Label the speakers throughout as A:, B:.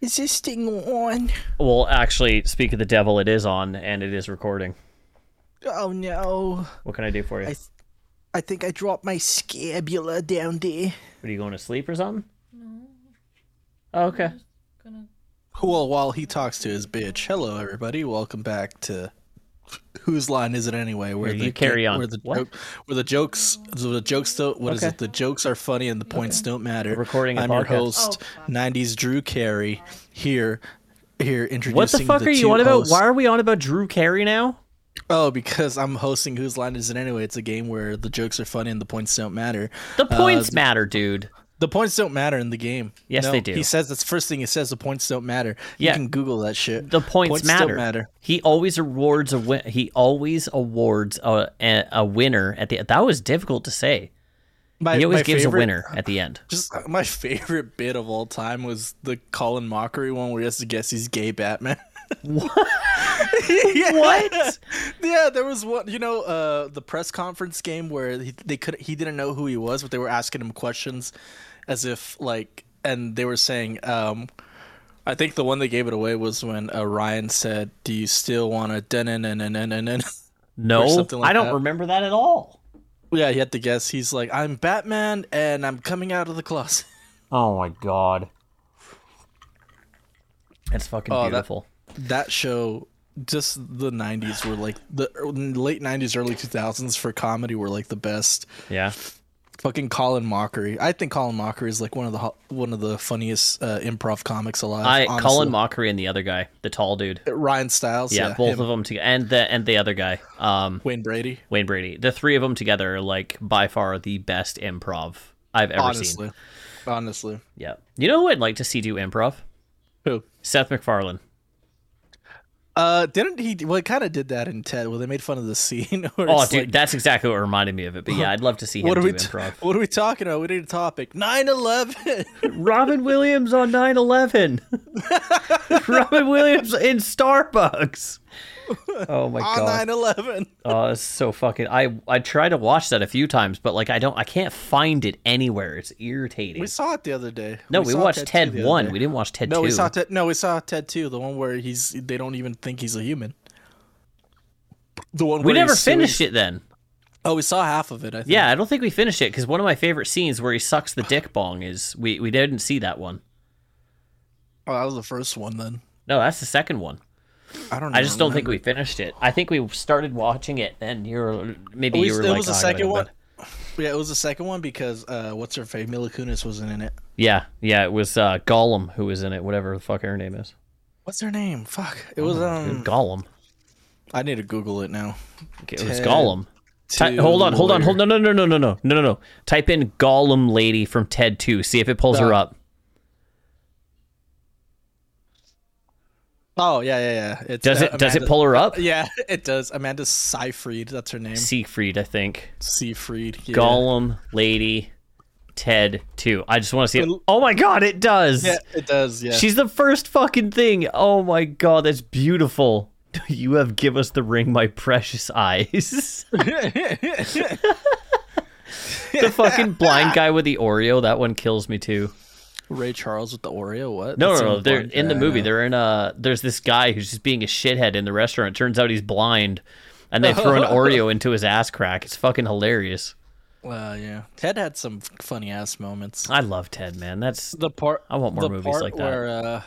A: Is this thing on?
B: Well, actually, speak of the devil, it is on and it is recording.
A: Oh no.
B: What can I do for you?
A: I th- I think I dropped my scabula down there.
B: What, are you going to sleep or something? No. Okay.
C: Well, while he talks to his bitch, hello everybody, welcome back to whose line is it anyway? Where
B: Here, you carry on.
C: Where the,
B: What?
C: joke- where the jokes, the jokes don't. What is
B: Okay.
C: it? The jokes are funny and the points don't matter.
B: recording a
C: I'm your
B: podcast.
C: host, '90s Drew Carey. Here, here introducing.
B: What the fuck are you
C: two
B: on about?
C: hosts.
B: Why are we on about Drew Carey now?
C: Oh, because I'm hosting Whose Line Is It Anyway? It's a game where the jokes are funny and the points don't matter.
B: The points matter, dude.
C: The points don't matter in the game.
B: Yes,
C: No,
B: they do.
C: He says that's the first thing he says. The points don't matter.
B: Yeah.
C: You can Google that shit.
B: The points,
C: don't matter.
B: He always awards a win- he always awards a, a a winner at the That was difficult to say.
C: My,
B: He
C: my
B: always gives
C: favorite,
B: a winner at the end.
C: Just my favorite bit of all time was the Colin Mockery one where he has to guess he's gay Batman. What?
B: What?
C: Yeah, there was one. You know, uh, the press conference game where he, they could he didn't know who he was, but they were asking him questions as if like, and they were saying, um, I think the one that gave it away was when uh, Ryan said, "Do you still want to?" dun dun dun dun dun dun?"
B: No,
C: something like
B: I don't
C: that.
B: remember that at all.
C: Yeah, he had to guess. He's like, "I'm Batman, and I'm coming out of the closet."
B: Oh my god. That's fucking
C: Oh, that-
B: beautiful.
C: that show just the 90s were like the ear- late 90s early 2000s for comedy were like the best
B: Yeah.
C: fucking colin mockery i think colin mockery is like one of the ho- one of the funniest uh, improv comics alive
B: I
C: honestly. Uh,
B: Colin Mockery and the other guy, the tall dude.
C: ryan styles
B: Yeah,
C: yeah,
B: both
C: him.
B: of them together, and the and the other guy, um,
C: wayne brady
B: Wayne Brady. The three of them together are like by far the best improv I've ever
C: honestly
B: seen.
C: honestly
B: Yeah, you know who I'd like to see do improv?
C: who
B: Seth MacFarlane.
C: uh didn't he well he kind of did that in ted where they made fun of the scene where
B: Oh,
C: it's
B: dude,
C: like,
B: that's exactly what reminded me of it. But yeah, I'd love to see him
C: what
B: do
C: are we t-
B: improv. Oh,
C: what are we talking about we need a topic 9-11
B: Robin Williams on 9-11. Robin Williams in Starbucks. Oh my
C: on
B: god.
C: 9-11
B: Oh, it's so fucking. I I tried to watch that a few times, but like I don't, I can't find it anywhere. It's irritating.
C: we saw it the other day
B: no, we,
C: saw
B: watched
C: two
B: Ted
C: the other
B: one.
C: day.
B: We didn't watch Ted
C: No,
B: two.
C: we saw Ted. No, we saw Ted two, the one where he's they don't even think he's a human. The one
B: We never finished it then.
C: Oh, we saw half of it. I think.
B: Yeah, I don't think we finished it because one of my favorite scenes where he sucks the dick bong is we we didn't see that one.
C: Oh, that was the first one. Then
B: No, that's the second one.
C: I don't. know.
B: I just don't think we finished it. I think we started watching it, and you're maybe
C: We-
B: you were
C: it
B: like,
C: was
B: "Oh,
C: the
B: I gotta
C: second
B: go to
C: one.
B: bed."
C: Yeah, it was the second one because uh, what's her face? Mila Kunis wasn't in it.
B: Yeah, yeah, it was uh, Gollum who was in it. Whatever the fuck her name is,
C: What's her name? Fuck. It was
B: Oh,
C: um.
B: Gollum.
C: I need to Google it now.
B: It was
C: Ted
B: Gollum. Ty- hold on, hold on, hold no, no, no, no, no, no, no, no, no. Type in Gollum lady from Ted Two. See if it pulls her
C: No.
B: up.
C: Oh yeah, yeah, yeah. It's,
B: Does
C: uh,
B: it? Does it
C: Amanda-
B: pull her up?
C: Yeah, it does. Amanda Seyfried. That's her name.
B: Siegfried, I think.
C: Seyfried. Yeah.
B: Gollum lady, Ted Two. I just want to see it.
C: Well-
B: Oh my god, it does.
C: Yeah, it does. Yeah.
B: She's the first fucking thing. Oh my god, that's beautiful. You have give us the ring, my precious eyes. the fucking blind guy with the Oreo. That one kills me too.
C: Ray Charles with the Oreo. What?
B: No,
C: That's
B: no, no.
C: the
B: They're
C: one-
B: in the
C: Yeah, I
B: movie.
C: know.
B: They're in a. There's this guy who's just being a shithead in the restaurant. Turns out he's blind, and they throw an Oreo into his ass crack. It's fucking hilarious.
C: Well, yeah. Ted had some funny ass moments.
B: I love Ted, man. That's
C: The part
B: I want more
C: the
B: movies
C: part
B: like that.
C: Where, uh,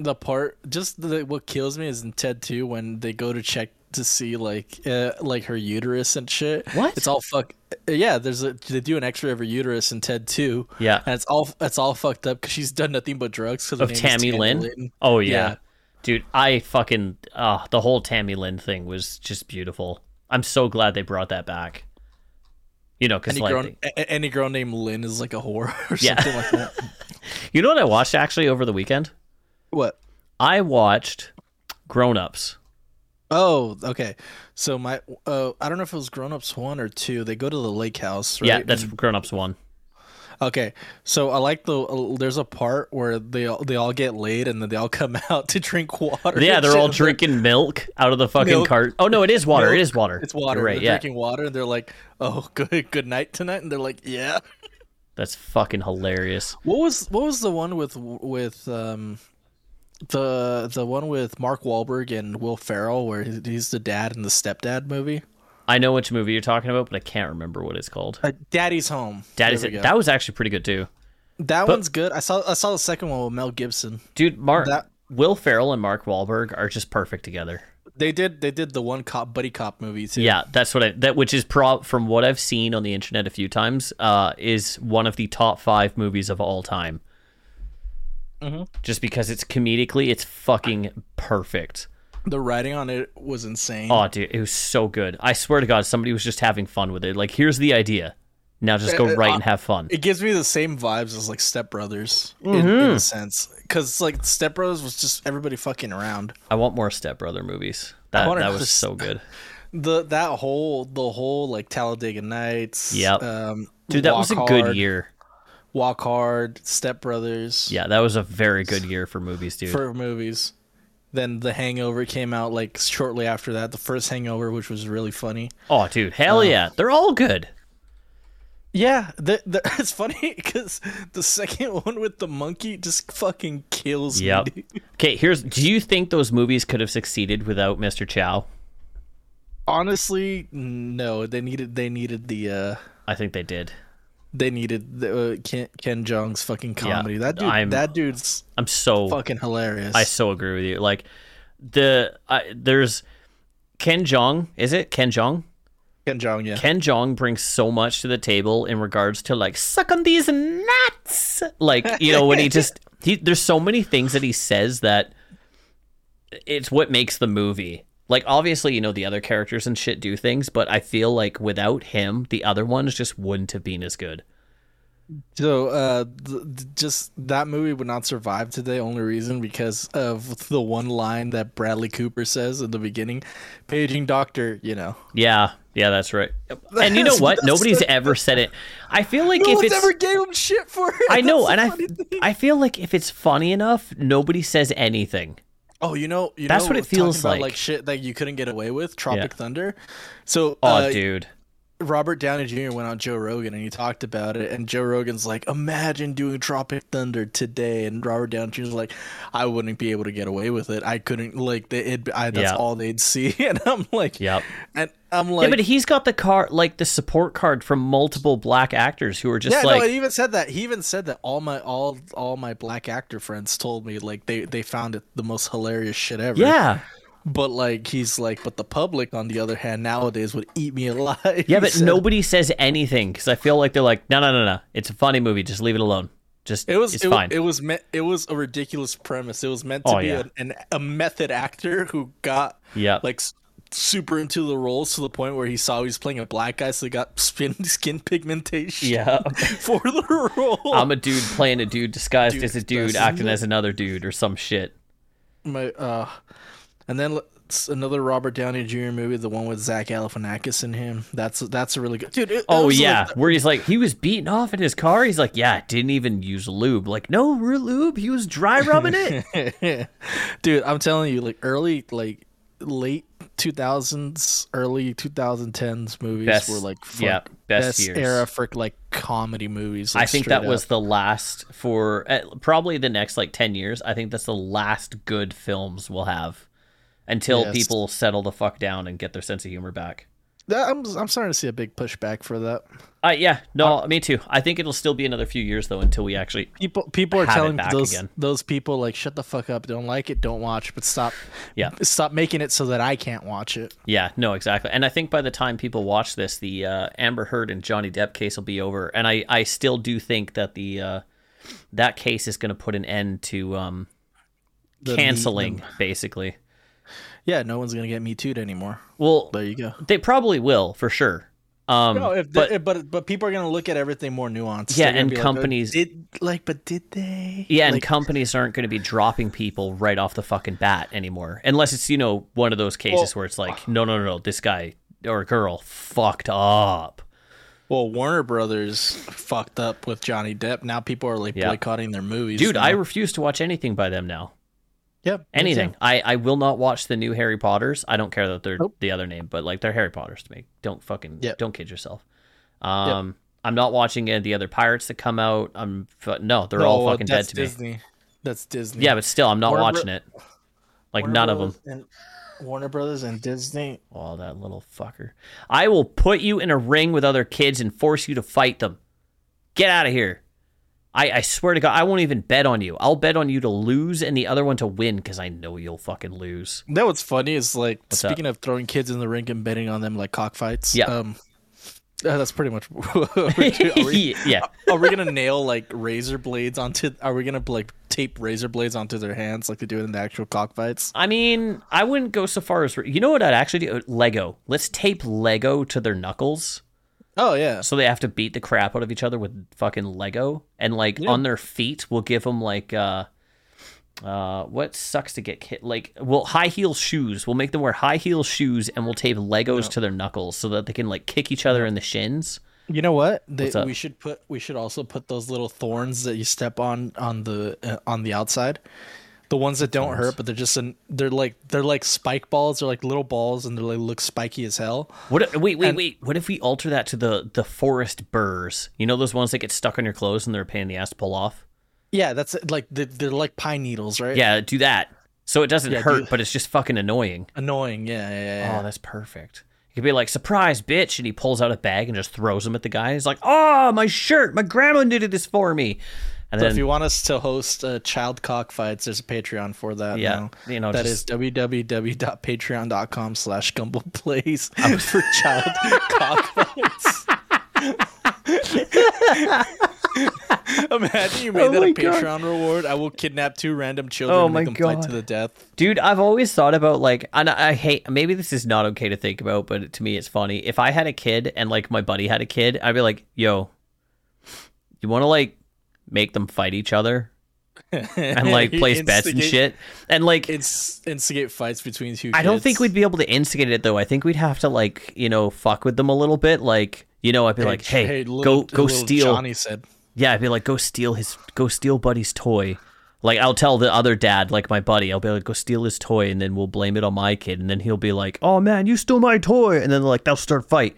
C: the part just the, what kills me is in Ted 2 when they go to check to see like uh, like her uterus and shit.
B: What?
C: It's all fuck. Yeah, there's a they do an X-ray of her uterus in Ted 2.
B: Yeah.
C: and it's all it's all fucked up because she's done nothing but drugs. Because
B: of Tammy Lynn. Oh yeah.
C: Yeah.
B: dude. I fucking uh, the whole Tammy Lynn thing was just beautiful. I'm so glad they brought that back. You know, because
C: Any
B: like
C: girl, a- any girl named Lynn is like a whore or
B: Yeah.
C: something like that.
B: you know what I watched actually over the weekend.
C: What?
B: I watched Grown Ups.
C: Oh, okay. So my, uh, I don't know if it was Grown Ups one or two. They go to the lake house, right?
B: Yeah, that's
C: And-
B: Grown Ups one.
C: okay. So I like the. Uh, there's a part where they all, they all get laid and then they all come out to drink water.
B: Yeah,
C: and
B: they're
C: shit.
B: all drinking milk out of the fucking
C: Milk.
B: cart. Oh no, it is water.
C: Milk.
B: It is water.
C: It's water.
B: You're
C: they're
B: right? Yeah.
C: drinking water and they're like, "Oh, good good night tonight," and they're like, "Yeah."
B: That's fucking hilarious.
C: What was what was the one with with um the the one with Mark Wahlberg and Will Ferrell where he- he's the dad in the stepdad movie?
B: I know which movie you're talking about, but I can't remember what it's called.
C: Uh, Daddy's Home.
B: Daddy's
C: There we go.
B: that was actually pretty good too,
C: That one's good. I saw I saw the second one with Mel Gibson.
B: dude. Mark
C: That-
B: Will Ferrell and Mark Wahlberg are just perfect together.
C: They did they did the one cop buddy cop movie too.
B: Yeah, that's what I that which is pro from what I've seen on the internet a few times uh, is one of the top five movies of all time.
C: Mm-hmm.
B: Just because it's comedically, it's fucking perfect.
C: The writing on it was insane.
B: Oh, dude, it was so good. I swear to God, somebody was just having fun with it. Like, here's the idea. Now just
C: Uh,
B: go write and have fun.
C: It gives me the same vibes as like Step Brothers in, in
B: Mm-hmm.
C: a sense, because like Step Brothers was just everybody fucking around.
B: I want more Step Brother movies. That
C: wanna
B: that
C: know
B: was
C: this-
B: so good,
C: The that whole the whole like Talladega Nights.
B: Yep.
C: Um,
B: dude. That was a
C: Walk
B: good
C: Hard,
B: year.
C: Walk Hard, Step Brothers.
B: Yeah, that was a very good year for movies, dude.
C: For movies. Then The Hangover came out like shortly after that. The first Hangover, which was really funny.
B: oh, dude, hell yeah, they're all good.
C: Yeah, the, the, it's funny because the second one with the monkey just fucking kills
B: Yep.
C: me. dude.
B: Okay, here's. Do you think those movies could have succeeded without Mr. Chow?
C: Honestly, no. They needed they needed the uh
B: I think they did.
C: they needed the, uh, Ken, Ken Jong's fucking comedy. that dude,
B: I'm-
C: that dude's
B: I'm so
C: fucking hilarious.
B: I so agree with you. Like the I, there's Ken Jong, is it Ken Jong?
C: Ken Jong, yeah.
B: Ken Jong brings so much to the table in regards to like suck on these nuts. Like you know when he just he there's so many things that he says that it's what makes the movie. Like obviously you know the other characters and shit do things, but I feel like without him the other ones just wouldn't have been as good.
C: so, uh, th- th- just that movie would not survive today. Only reason because of the one line that Bradley Cooper says in the beginning, "Paging Doctor," you know.
B: Yeah, yeah, that's right. And you know what?
C: That's-
B: Nobody's ever said it. I feel like
C: No
B: if
C: one's
B: it's
C: ever gave him shit for it.
B: I know, and
C: That's
B: I,
C: the funny thing.
B: I feel like if it's funny enough, nobody says anything.
C: Oh, you know, you
B: That's
C: know,
B: what it
C: talking
B: feels
C: about,
B: like.
C: shit that you couldn't get away with. Tropic Thunder. So,
B: Oh,
C: uh,
B: dude,
C: Robert Downey Jr. went on Joe Rogan and he talked about it, and Joe Rogan's like, "Imagine doing Tropic Thunder today," and Robert Downey Jr.'s like, "I wouldn't be able to get away with it. I couldn't like they, it. I, that's
B: Yeah.
C: all they'd see." And I'm like,
B: Yep.
C: and I'm
B: yeah,
C: like,
B: but he's got the card, like the support card from multiple black actors who are just
C: yeah,
B: like,
C: no, he even said that. He even said that all my all all my black actor friends told me like they they found it the most hilarious shit ever.
B: yeah,
C: but like he's like, but the public on the other hand nowadays would eat me alive.
B: yeah,
C: He
B: but
C: said.
B: nobody says anything because I feel like they're like, no, no, no, no, it's a funny movie, just leave it alone, just
C: It was
B: it's
C: it, wa-
B: fine.
C: It was meant. It was a ridiculous premise. It was meant to
B: Oh,
C: be
B: yeah.
C: an, an, a method actor who got
B: Yeah.
C: like s- super into the roles to the point where he saw he was playing a black guy, so he got skin skin pigmentation
B: yeah,
C: for the role.
B: I'm a dude playing a dude disguised as a dude
C: disguised as
B: acting
C: a-
B: as another dude or some shit.
C: My, uh, and then l- s- another Robert Downey Jr. movie, the one with Zach Galifianakis in him. That's that's a really good dude. it-
B: Oh
C: those are, like,
B: yeah,
C: the-
B: where he's like he was beaten off in his car. He's like, yeah, didn't even use lube. Like no real lube, he was dry rubbing it.
C: dude i'm telling you like early like late 2000s early 2010s movies
B: Best-
C: were like
B: yeah, best years.
C: era for like comedy movies
B: I
C: like,
B: think that
C: straight
B: was
C: up.
B: the last for uh, probably the next like ten years. I think that's the last good films we'll have until
C: Yes.
B: people settle the fuck down and get their sense of humor back.
C: That- I'm, I'm starting to see a big pushback for that
B: Uh, yeah, no, me too. I think it'll still be another few years though until we actually.
C: people people are
B: Have it
C: telling
B: back
C: those
B: again.
C: those people like shut the fuck up don't like it don't watch but stop
B: Yeah.
C: stop making it so that i can't watch it
B: Yeah, no, exactly. And I think by the time people watch this, the uh, Amber Heard and Johnny Depp case will be over. And I, I still do think that the uh, that case is going to put an end to um,
C: The-
B: canceling, basically.
C: yeah no one's gonna get me too anymore
B: Well,
C: there you go
B: they probably will for sure. Um,
C: No, if
B: but
C: but, but but people are gonna look at everything more nuanced.
B: Yeah,
C: They're gonna
B: and
C: be like,
B: companies-
C: oh, did like, but did they?
B: yeah, and
C: Like,
B: companies aren't going to be dropping people right off the fucking bat anymore, unless it's you know one of those cases where it's like,
C: uh,
B: no, no, no, no, this guy or girl fucked up.
C: well, Warner Brothers fucked up with Johnny Depp. Now people are like
B: Yeah.
C: boycotting their movies.
B: Dude,
C: now.
B: I refuse to watch anything by them now.
C: yeah me
B: anything.
C: too.
B: I, I will not watch the new Harry Potters. I don't care that they're the other name, but like they're Harry Potters to me. Don't fucking
C: Yep.
B: don't kid yourself. Um I'm not watching any of the other pirates that come out. I'm fu- no, they're all fucking dead
C: that's
B: to me.
C: Disney. That's Disney.
B: Yeah, but still, I'm not
C: Warner
B: watching
C: Bro-
B: it. Like
C: Warner
B: none of them.
C: Brothers And Warner Brothers and Disney.
B: Oh, that little fucker. I will put you in a ring with other kids and force you to fight them. Get out of here. I, I swear to God, I won't even bet on you. I'll bet on you to lose and the other one to win because I know you'll fucking lose.
C: That what's funny is like
B: up?
C: speaking of throwing kids in the ring and betting on them like cockfights.
B: Yeah.
C: Um, uh, that's pretty much. are, we, are we-
B: yeah.
C: are we gonna nail like razor blades onto? Are we gonna like tape razor blades onto their hands like they do in the actual cockfights?
B: I mean, I wouldn't go so far as. You know what I'd actually do? Lego. Let's tape Lego to their knuckles
C: Oh yeah.
B: so they have to beat the crap out of each other with fucking Lego. And like on their feet, we'll give them like. uh uh, what sucks to get hit? Like, well, high heel shoes. We'll make them wear high heel shoes, and we'll tape Legos to their knuckles so that they can like kick each other in the shins.
C: You know what? They,
B: What's up?
C: we should put. We should also put those little thorns that you step on on the uh, on the outside. The ones that don't hurt, but they're just an, they're like they're like spike balls. They're like little balls, and they like look spiky as hell.
B: What? Wait, wait, wait. What if we alter that to the the forest burrs? You know those ones that get stuck on your clothes and they're a pain in the ass to pull off.
C: Yeah, that's like they're, they're like pine needles, right?
B: Yeah, do that. So it doesn't
C: Yeah, do-
B: hurt, but it's just fucking annoying.
C: Annoying. Yeah, yeah, yeah. yeah.
B: Oh, that's perfect. He could be like, surprise, bitch. And he pulls out a bag and just throws them at the guy. He's like, oh, my shirt. My grandma knitted this for me. And
C: So
B: then,
C: if you want us to host uh, child cockfights, there's a Patreon for that.
B: Yeah,
C: now.
B: you know,
C: that is
B: just-
C: www.patreon.com slash gumbleplays for child cockfights. Imagine you made
B: Oh
C: that
B: my
C: a
B: God.
C: Patreon reward. I will kidnap two random children
B: Oh
C: and make
B: my
C: them fight
B: God.
C: to the death.
B: dude, I've always thought about like, and I I hate, maybe this is not okay to think about, but to me, it's funny. If I had a kid and like my buddy had a kid, I'd be like, yo, you want to like make them fight each other and like place bets and shit? And like,
C: It's instigate fights between two.
B: I don't think
C: kids.
B: we'd be able to instigate it though. I think we'd have to like you know fuck with them a little bit. Like you know, I'd be like, hey,
C: little-
B: go go
C: little
B: steal.
C: Johnny said.
B: Yeah, I'd be like, go steal his go steal buddy's toy. Like I'll tell the other dad, like my buddy, I'll be like, go steal his toy, and then we'll blame it on my kid, and then he'll be like, oh man, you stole my toy, and then like they'll start fight.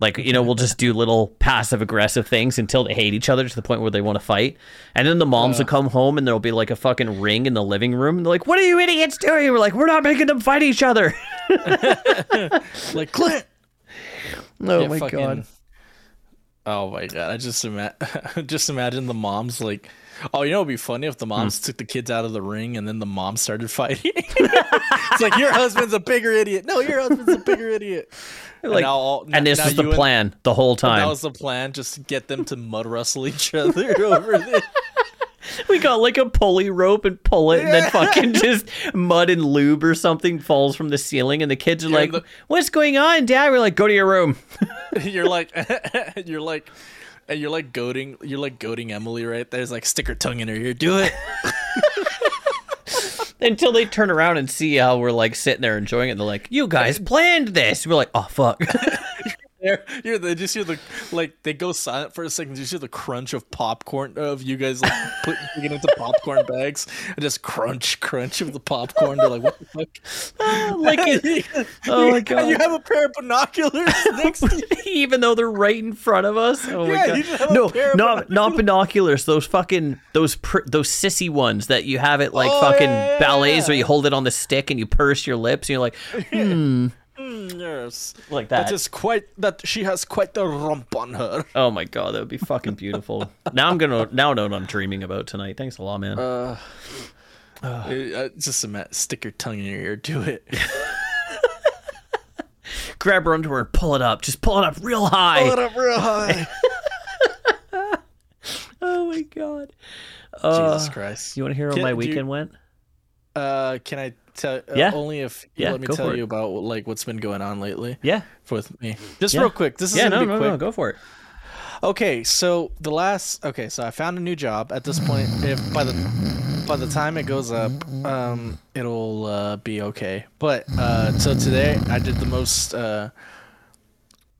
B: Like you know, we'll just do little passive aggressive things until they hate each other to the point where they want to fight, and then the moms will come home and there'll be like a fucking ring in the living room. And they're like, "What are you idiots doing?" We're like, "We're not making them fight each other."
C: Like Clint.
B: Oh
C: Yeah, fucking- Oh my god! I just ima- just imagine the moms like, oh, you know, it'd be funny
B: Hmm.
C: if the moms took the kids out of the ring and then the moms started fighting. it's like your husband's a bigger idiot. No, your husband's a bigger idiot.
B: Like,
C: now all-
B: and this
C: now
B: was the
C: you and-
B: plan the whole
C: That
B: time.
C: was the plan, just to get them to mud wrestle each other over this.
B: we got like a pulley rope and pull it, and then fucking just mud and lube or something falls from the ceiling, and the kids are like,
C: the-
B: "What's going on, Dad?" We're like, "Go to your room."
C: You're like, you're like, and you're like goading, you're like goading Emily right there. It's like stick her tongue in her ear, do it.
B: Until they turn around and see how we're like sitting there enjoying it, and they're like, "You guys planned this." We're like, "Oh fuck."
C: there. You're they just hear the like they go silent for a second. You just hear the crunch of popcorn of you guys like put it into popcorn bags and just crunch crunch of the popcorn. They're like, what the fuck?
B: like, it- oh my
C: And you
B: god.
C: have a pair of binoculars next to you.
B: Even though they're right in front of us, oh
C: Yeah,
B: my
C: you just
B: god!
C: have a
B: No,
C: pair of
B: not not binoculars. Those fucking those pr- those sissy ones that you have at like
C: Oh,
B: fucking
C: yeah, yeah,
B: ballets
C: yeah.
B: where you hold it on the stick and you purse your lips and you're like,
C: Yes.
B: Like that.
C: That is quite that she has quite the rump on her.
B: Oh my god, that would be fucking beautiful. now I'm gonna now I know what I'm dreaming about tonight. Thanks a lot, man.
C: Uh, uh, just a minute. Stick your tongue in your ear. Do it.
B: Grab her underwear and pull it up. Just pull it up real high.
C: Put up real high.
B: Oh my god. Uh,
C: Jesus Christ.
B: You want to hear how
C: Can-
B: my
C: do you-
B: weekend went?
C: Uh, can I tell? Uh,
B: Yeah.
C: Only if you
B: Yeah,
C: let me
B: go for
C: tell
B: it.
C: you about like what's been going on lately.
B: Yeah.
C: with me. Just
B: Yeah.
C: real quick. This is
B: Yeah.
C: gonna
B: No.
C: be
B: No.
C: quick.
B: No. Go for it.
C: Okay, so the last. Okay, so I found a new job. At this point, if by the by the time it goes up, um, it'll uh, be okay. But uh, so today I did the most. Uh,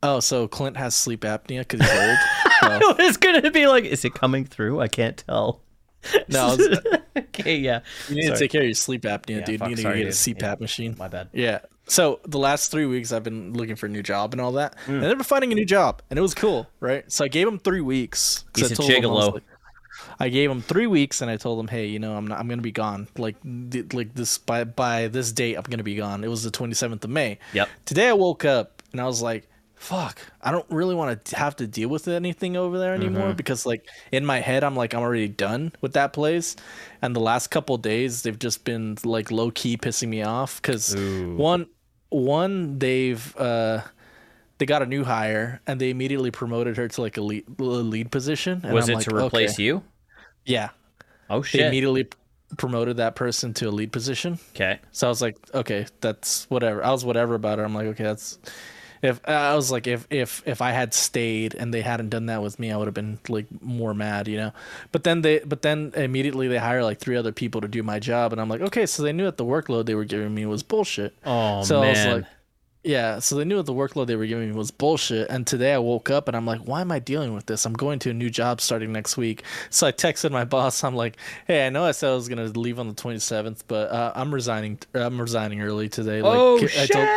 C: oh, so Clint has sleep apnea because he's old. Well,
B: it's gonna be like, is it coming through? I can't tell.
C: no, it's-
B: okay. Yeah.
C: you need
B: Sorry.
C: to take care of your sleep apnea, dude.
B: fuck,
C: you need
B: sorry,
C: to get
B: dude.
C: a CPAP machine.
B: My bad.
C: Yeah. So the last three weeks, I've been looking for a new job and all that,
B: Mm.
C: and I've been finding a new job, and it was cool, right? So I gave him three weeks. 'cause
B: He's
C: I
B: a
C: told him I was
B: gigolo.
C: like- I gave him three weeks, and I told him, "Hey, you know, I'm not, I'm gonna be gone. Like, th- like this by by this date, I'm gonna be gone." It was the 27th of May.
B: Yep.
C: Today I woke up and I was like, "Fuck, I don't really want to have to deal with anything over there anymore."
B: Mm-hmm.
C: Because like in my head, I'm like, I'm already done with that place, and the last couple days they've just been like low key pissing me off because one one they've uh they got a new hire and they immediately promoted her to like a lead, a lead position and
B: Was
C: I'm
B: it
C: like,
B: to replace
C: okay.
B: you?
C: yeah
B: Oh
C: they
B: shit.
C: immediately promoted that person to a lead position.
B: Okay.
C: So I was like, okay, that's whatever. I was whatever about it. I'm like, okay, that's if I was like, if if if I had stayed and they hadn't done that with me, I would have been like more mad, you know. But then they, but then immediately they hire like three other people to do my job, and I'm like, okay, so they knew that the workload they were giving me was bullshit.
B: Oh
C: so I was
B: man.
C: like, yeah, so they knew that the workload they were giving me was bullshit. And today I woke up and I'm like, why am I dealing with this? I'm going to a new job starting next week. So I texted my boss. I'm like, hey, I know I said I was gonna leave on the 27th, but uh, I'm resigning. I'm resigning early today. Like,
B: oh
C: I
B: shit.
C: told,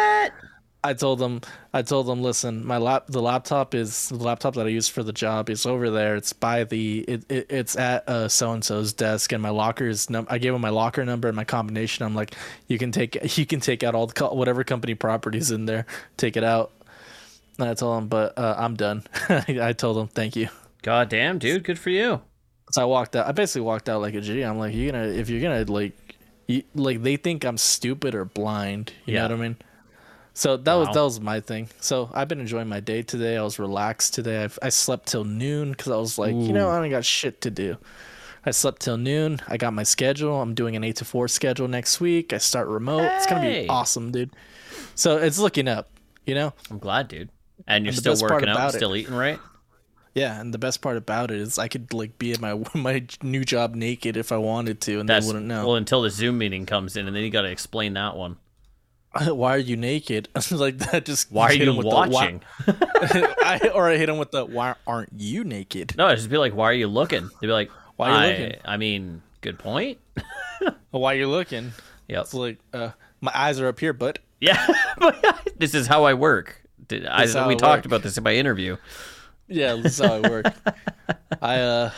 C: I told them, I told them, listen, my lap, the laptop is the laptop that I use for the job is over there. It's by the, it, it it's at uh, so and so's desk, and my locker is. Num- I gave him my locker number and my combination. I'm like, you can take, you can take out all the co- whatever company properties in there, take it out. And I told him, but uh, I'm done. I told him, thank you.
B: God damn, dude. Good for you.
C: So I walked out. I basically walked out like a G. I'm like, you're gonna if you're gonna like, you, like they think I'm stupid or blind. You
B: Yeah.
C: know what I mean? So that was
B: Wow.
C: that was my thing. So I've been enjoying my day today. I was relaxed today. I've, I slept till noon because I was like, you know, I ain't got shit to do. I slept till noon. I got my schedule. I'm doing an eight to four schedule next week. I start remote. It's gonna
B: Hey.
C: be awesome, dude. So it's looking up. You know?
B: I'm glad, dude. And you're
C: the
B: still
C: best part
B: working out, and
C: about it-
B: still eating right.
C: Yeah, and the best part about it is I could like be at my my new job naked if I wanted to, and
B: That's
C: they wouldn't know.
B: well until the Zoom meeting comes in, and then you got to explain that one.
C: why are you naked? like that just
B: Why are
C: hit
B: you
C: him with
B: watching?
C: The, why, I, or I hit him with the why aren't you naked?
B: No, it'd just be like, why are you looking? They'd be like,
C: Why are you
B: I,
C: looking?
B: I mean, good point.
C: Why are you looking?
B: Yep.
C: It's like uh, my eyes are up here, but
B: Yeah. But this is how I work. Did, I,
C: This is how
B: we
C: I
B: talked
C: work.
B: about this in my interview.
C: yeah, this is how I work. I uh,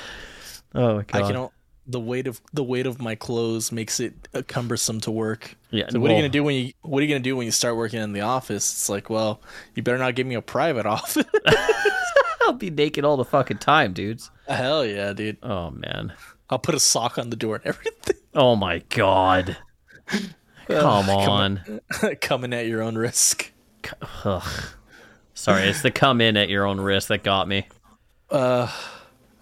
B: Oh my
C: I can al- the weight of the weight of my clothes makes it uh, cumbersome to work.
B: Yeah,
C: So what are you
B: well-
C: gonna do when you what are you gonna do when you start working in the office? It's like, well, you better not give me a private office.
B: I'll be naked all the fucking time, dudes.
C: Hell yeah, dude!
B: Oh man.
C: I'll put a sock on the door and everything.
B: Oh my god. Come on.
C: Coming at your own risk.
B: Ugh. Sorry, it's the come in at your own risk that got me.
C: All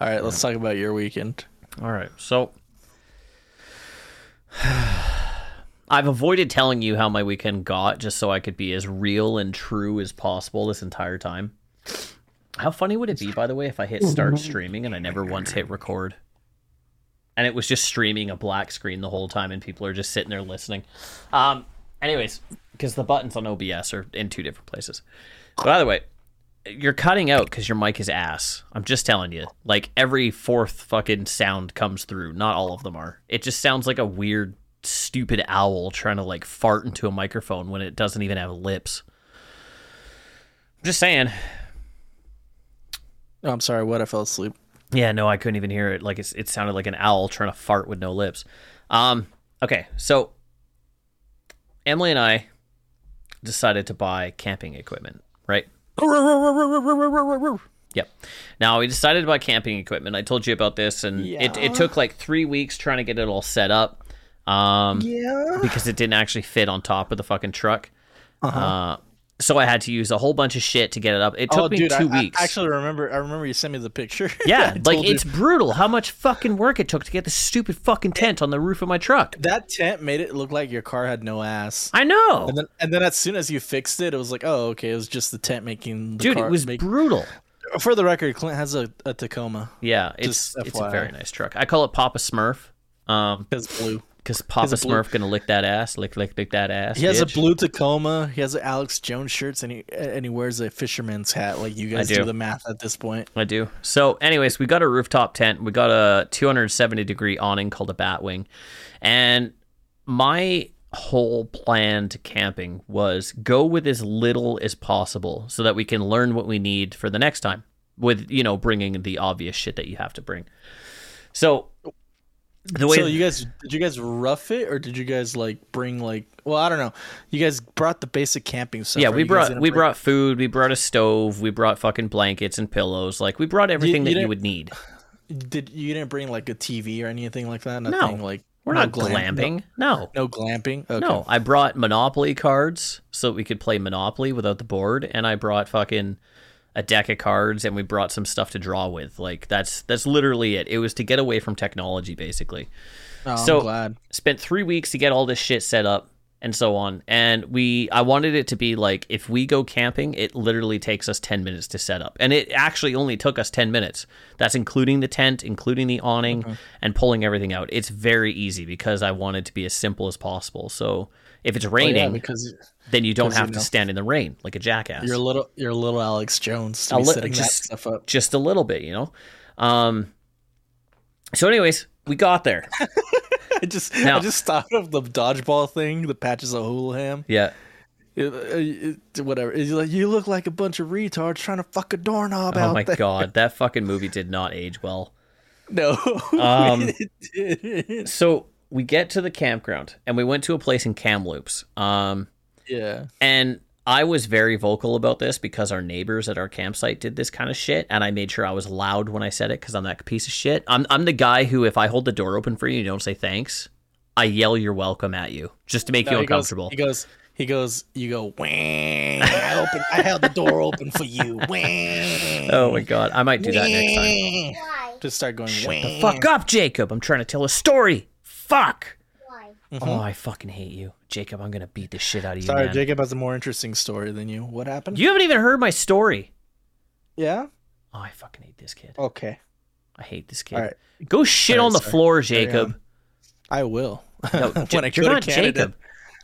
C: right, let's talk about your weekend.
B: All right. So I've avoided telling you how my weekend got just so I could be as real and true as possible this entire time. How funny would it be, by the way, if I hit start streaming and I never once hit record? And it was just streaming a black screen the whole time and people are just sitting there listening. Um, anyways, because the buttons on OBS are in two different places. By the way, you're cutting out because your mic is ass. I'm just telling you. Like every fourth fucking sound comes through. Not all of them are. It just sounds like a weird, stupid owl trying to like fart into a microphone when it doesn't even have lips. I'm just saying.
C: Oh, I'm sorry, what? I fell asleep.
B: Yeah, no, I couldn't even hear it. Like it's, it sounded like an owl trying to fart with no lips. Um, okay, so Emily and I decided to buy camping equipment, right? Yep. Now we decided to buy camping equipment. I told you about this, and it, it took like three weeks trying to get it all set up. Um,
A: Yeah.
B: because it didn't actually fit on top of the fucking truck.
C: Uh-huh.
B: Uh, so I had to use a whole bunch of shit to get it up. It took me two
C: Oh, I,
B: weeks.
C: I actually remember. I remember you sent me the picture.
B: yeah,
C: I
B: like
C: told you.
B: it's brutal how much fucking work it took to get this stupid fucking tent on the roof of my truck.
C: that tent made it look like your car had no ass.
B: I know,
C: And then, and then as soon as you fixed it, it was like, oh, okay, it was just the tent making. The
B: dude.
C: car
B: It was
C: make-
B: brutal.
C: for the record, Clint has a, a Tacoma.
B: Yeah, it's
C: Just
B: it's a
C: FYI.
B: very nice truck. I call it Papa Smurf. Um,
C: He has blue.
B: because Papa
C: a blue-
B: Smurf gonna lick that ass, lick lick lick that ass.
C: He has a
B: bitch.
C: blue Tacoma. He has a Alex Jones shirts, and he and he wears a fisherman's hat. Like you guys
B: do.
C: do. the math at this point.
B: I do. So, anyways, we got a rooftop tent. We got a 270 degree awning called a batwing, and my whole plan to camping was go with as little as possible so that we can learn what we need for the next time with you know bringing the obvious shit that you have to bring so the way
C: so you guys did you guys rough it or did you guys like bring like well I don't know you guys brought the basic camping stuff
B: yeah
C: right?
B: we
C: You guys
B: brought
C: didn't
B: we
C: bring-
B: brought food we brought a stove we brought fucking blankets and pillows like we brought everything
C: you
B: that you
C: didn't-
B: would need
C: did you didn't bring like a TV or anything like that nothing like
B: we're
C: no
B: not
C: glam-
B: glamping no
C: no, no glamping okay.
B: no i brought monopoly cards so that we could play monopoly without the board and i brought fucking a deck of cards and we brought some stuff to draw with like that's that's literally it it was to get away from technology basically
C: Oh,
B: So-
C: I'm glad
B: spent three weeks to get all this shit set up and so on and we i wanted it to be like if we go camping it literally takes us 10 minutes to set up and it actually only took us 10 minutes that's including the tent including the awning
C: Mm-hmm.
B: and pulling everything out it's very easy because i wanted to be as simple as possible so if it's
C: Oh, yeah,
B: raining
C: because
B: then you don't
C: 'cause you
B: have to
C: know.
B: stand in the rain like a jackass
C: you're a little you're a little Alex Jones to
B: A
C: be
B: li-
C: setting
B: just-
C: that stuff up
B: just a little bit you know um so anyways we got there
C: I just
B: Now-
C: I just thought of the dodgeball thing, the patches of Houlihan.
B: yeah
C: It- it- it- whatever. It's like you look like a bunch of retards trying to fuck a doorknob
B: oh
C: out
B: my
C: there.
B: god that fucking movie did not age well
C: No.
B: Um,
C: It didn't.
B: so we get to the campground and we went to a place in Kamloops. Um,
C: yeah.
B: and I was very vocal about this because our neighbors at our campsite did this kind of shit, and I made sure I was loud when I said it because I'm that piece of shit. I'm I'm the guy who, if I hold the door open for you, and you don't say thanks. I yell "You're welcome" at you just to make
C: No,
B: you
C: he goes-
B: uncomfortable.
C: He goes. He goes. You go. Wang! I open. I held the door open for you. Wang!
B: oh my god, I might do that next time.
C: Wang!
D: Why?
C: Just start going. Wang!
B: The fuck up, Jacob! I'm trying to tell a story. Fuck!
D: Why?
B: Oh, I fucking hate you, Jacob. I'm gonna beat the shit out of you,
C: Uh-huh. Sorry,
B: man.
C: Jacob has a more interesting story than you. What happened?
B: You haven't even heard my story.
C: yeah.
B: Oh, I fucking hate this kid.
C: Okay.
B: I hate this kid.
C: All right.
B: Go shit
C: All right,
B: on the
C: sorry.
B: floor, Jacob.
C: I will.
B: No,
C: when
B: J-
C: I
B: you're
C: go to
B: not
C: Canada.
B: Jacob.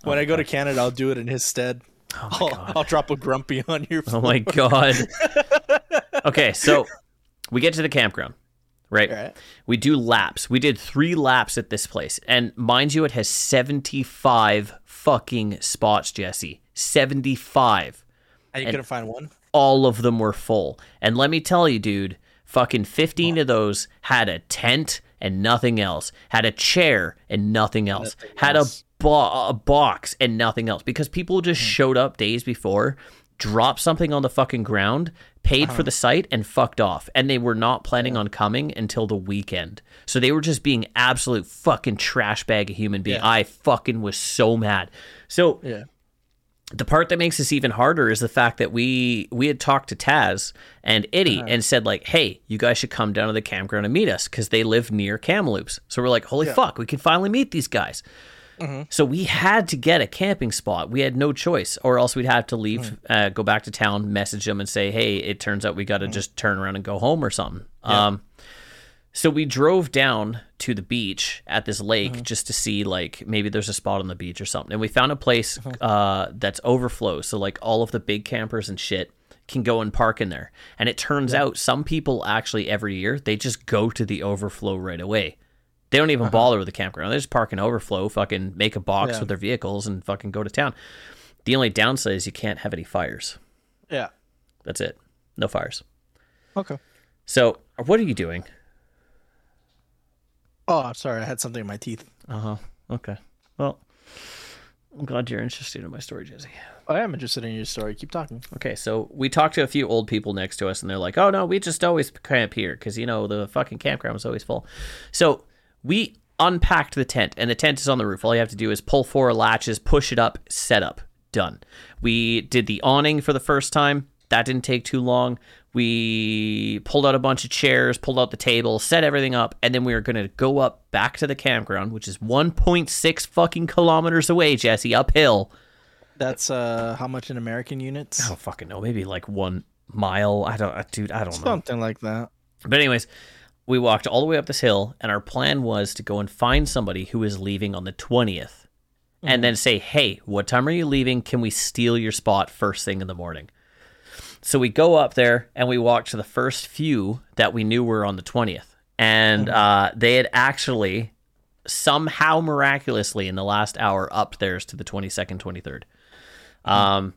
C: When I go to Canada, I'll do it in his stead.
B: Oh my
C: I'll,
B: god.
C: I'll drop a grumpy on your.
B: Oh my god. okay, so we get to the campground, right?
C: All right.
B: We do laps. We did three laps at this place, and mind you, it has seventy-five fucking spots, Jesse. Seventy-five.
C: And you couldn't find one.
B: all of them were full. And let me tell you, dude, fucking 15 of those had a tent and nothing else, had a chair and nothing else, Hmm. had a, bo- a box and nothing else because people just showed up days before, dropped something on the fucking ground, paid for the site, and fucked off. And they were not planning on coming until the weekend. So they were just being absolute fucking trash bag of human being. I fucking was so mad. So
C: Yeah.
B: the part that makes this even harder is the fact that we we had talked to Taz and Itty and said like, "Hey, you guys should come down to the campground and meet us because they live near Kamloops." So we're like, "Holy fuck, we can finally meet these guys!" So we had to get a camping spot. We had no choice, or else we'd have to leave, uh, go back to town, message them, and say, "Hey, it turns out we got to just turn around and go home or something." Um, so we drove down to the beach at this lake just to see like maybe there's a spot on the beach or something. And we found a place uh, that's overflow, so like all of the big campers and shit can go and park in there. And it turns out some people actually every year they just go to the overflow right away. They don't even bother with the campground. They just park in overflow, fucking make a box
C: Yeah.
B: with their vehicles and fucking go to town. The only downside is you can't have any fires.
C: Yeah.
B: That's it. No fires.
C: Okay.
B: So, what are you doing?
C: Oh, I'm sorry. I had something in my teeth.
B: Uh huh. Okay. Well, I'm glad you're interested in my story, Jesse.
C: I am Oh, interested in your story. Keep talking.
B: Okay, so we talked to a few old people next to us, and they're like, "Oh no, we just always camp here because you know the fucking campground was always full." So we unpacked the tent, and the tent is on the roof. All you have to do is pull four latches, push it up, set up, done. We did the awning for the first time. That didn't take too long. We pulled out a bunch of chairs, pulled out the table, set everything up, and then we were going to go up back to the campground, which is 1.6 fucking kilometers away, Jesse, uphill.
C: That's uh, how much in American units?
B: I don't fucking know. Maybe like one mile. I don't, uh, dude. I don't know.
C: Something like that.
B: But anyways, we walked all the way up this hill, and our plan was to go and find somebody who is leaving on the 20th and then say, "Hey, what time are you leaving? Can we steal your spot first thing in the morning?" So we go up there and we walk to the first few that we knew were on the 20th, and uh, they had actually somehow miraculously in the last hour upped theirs to the 22nd, 23rd. Um,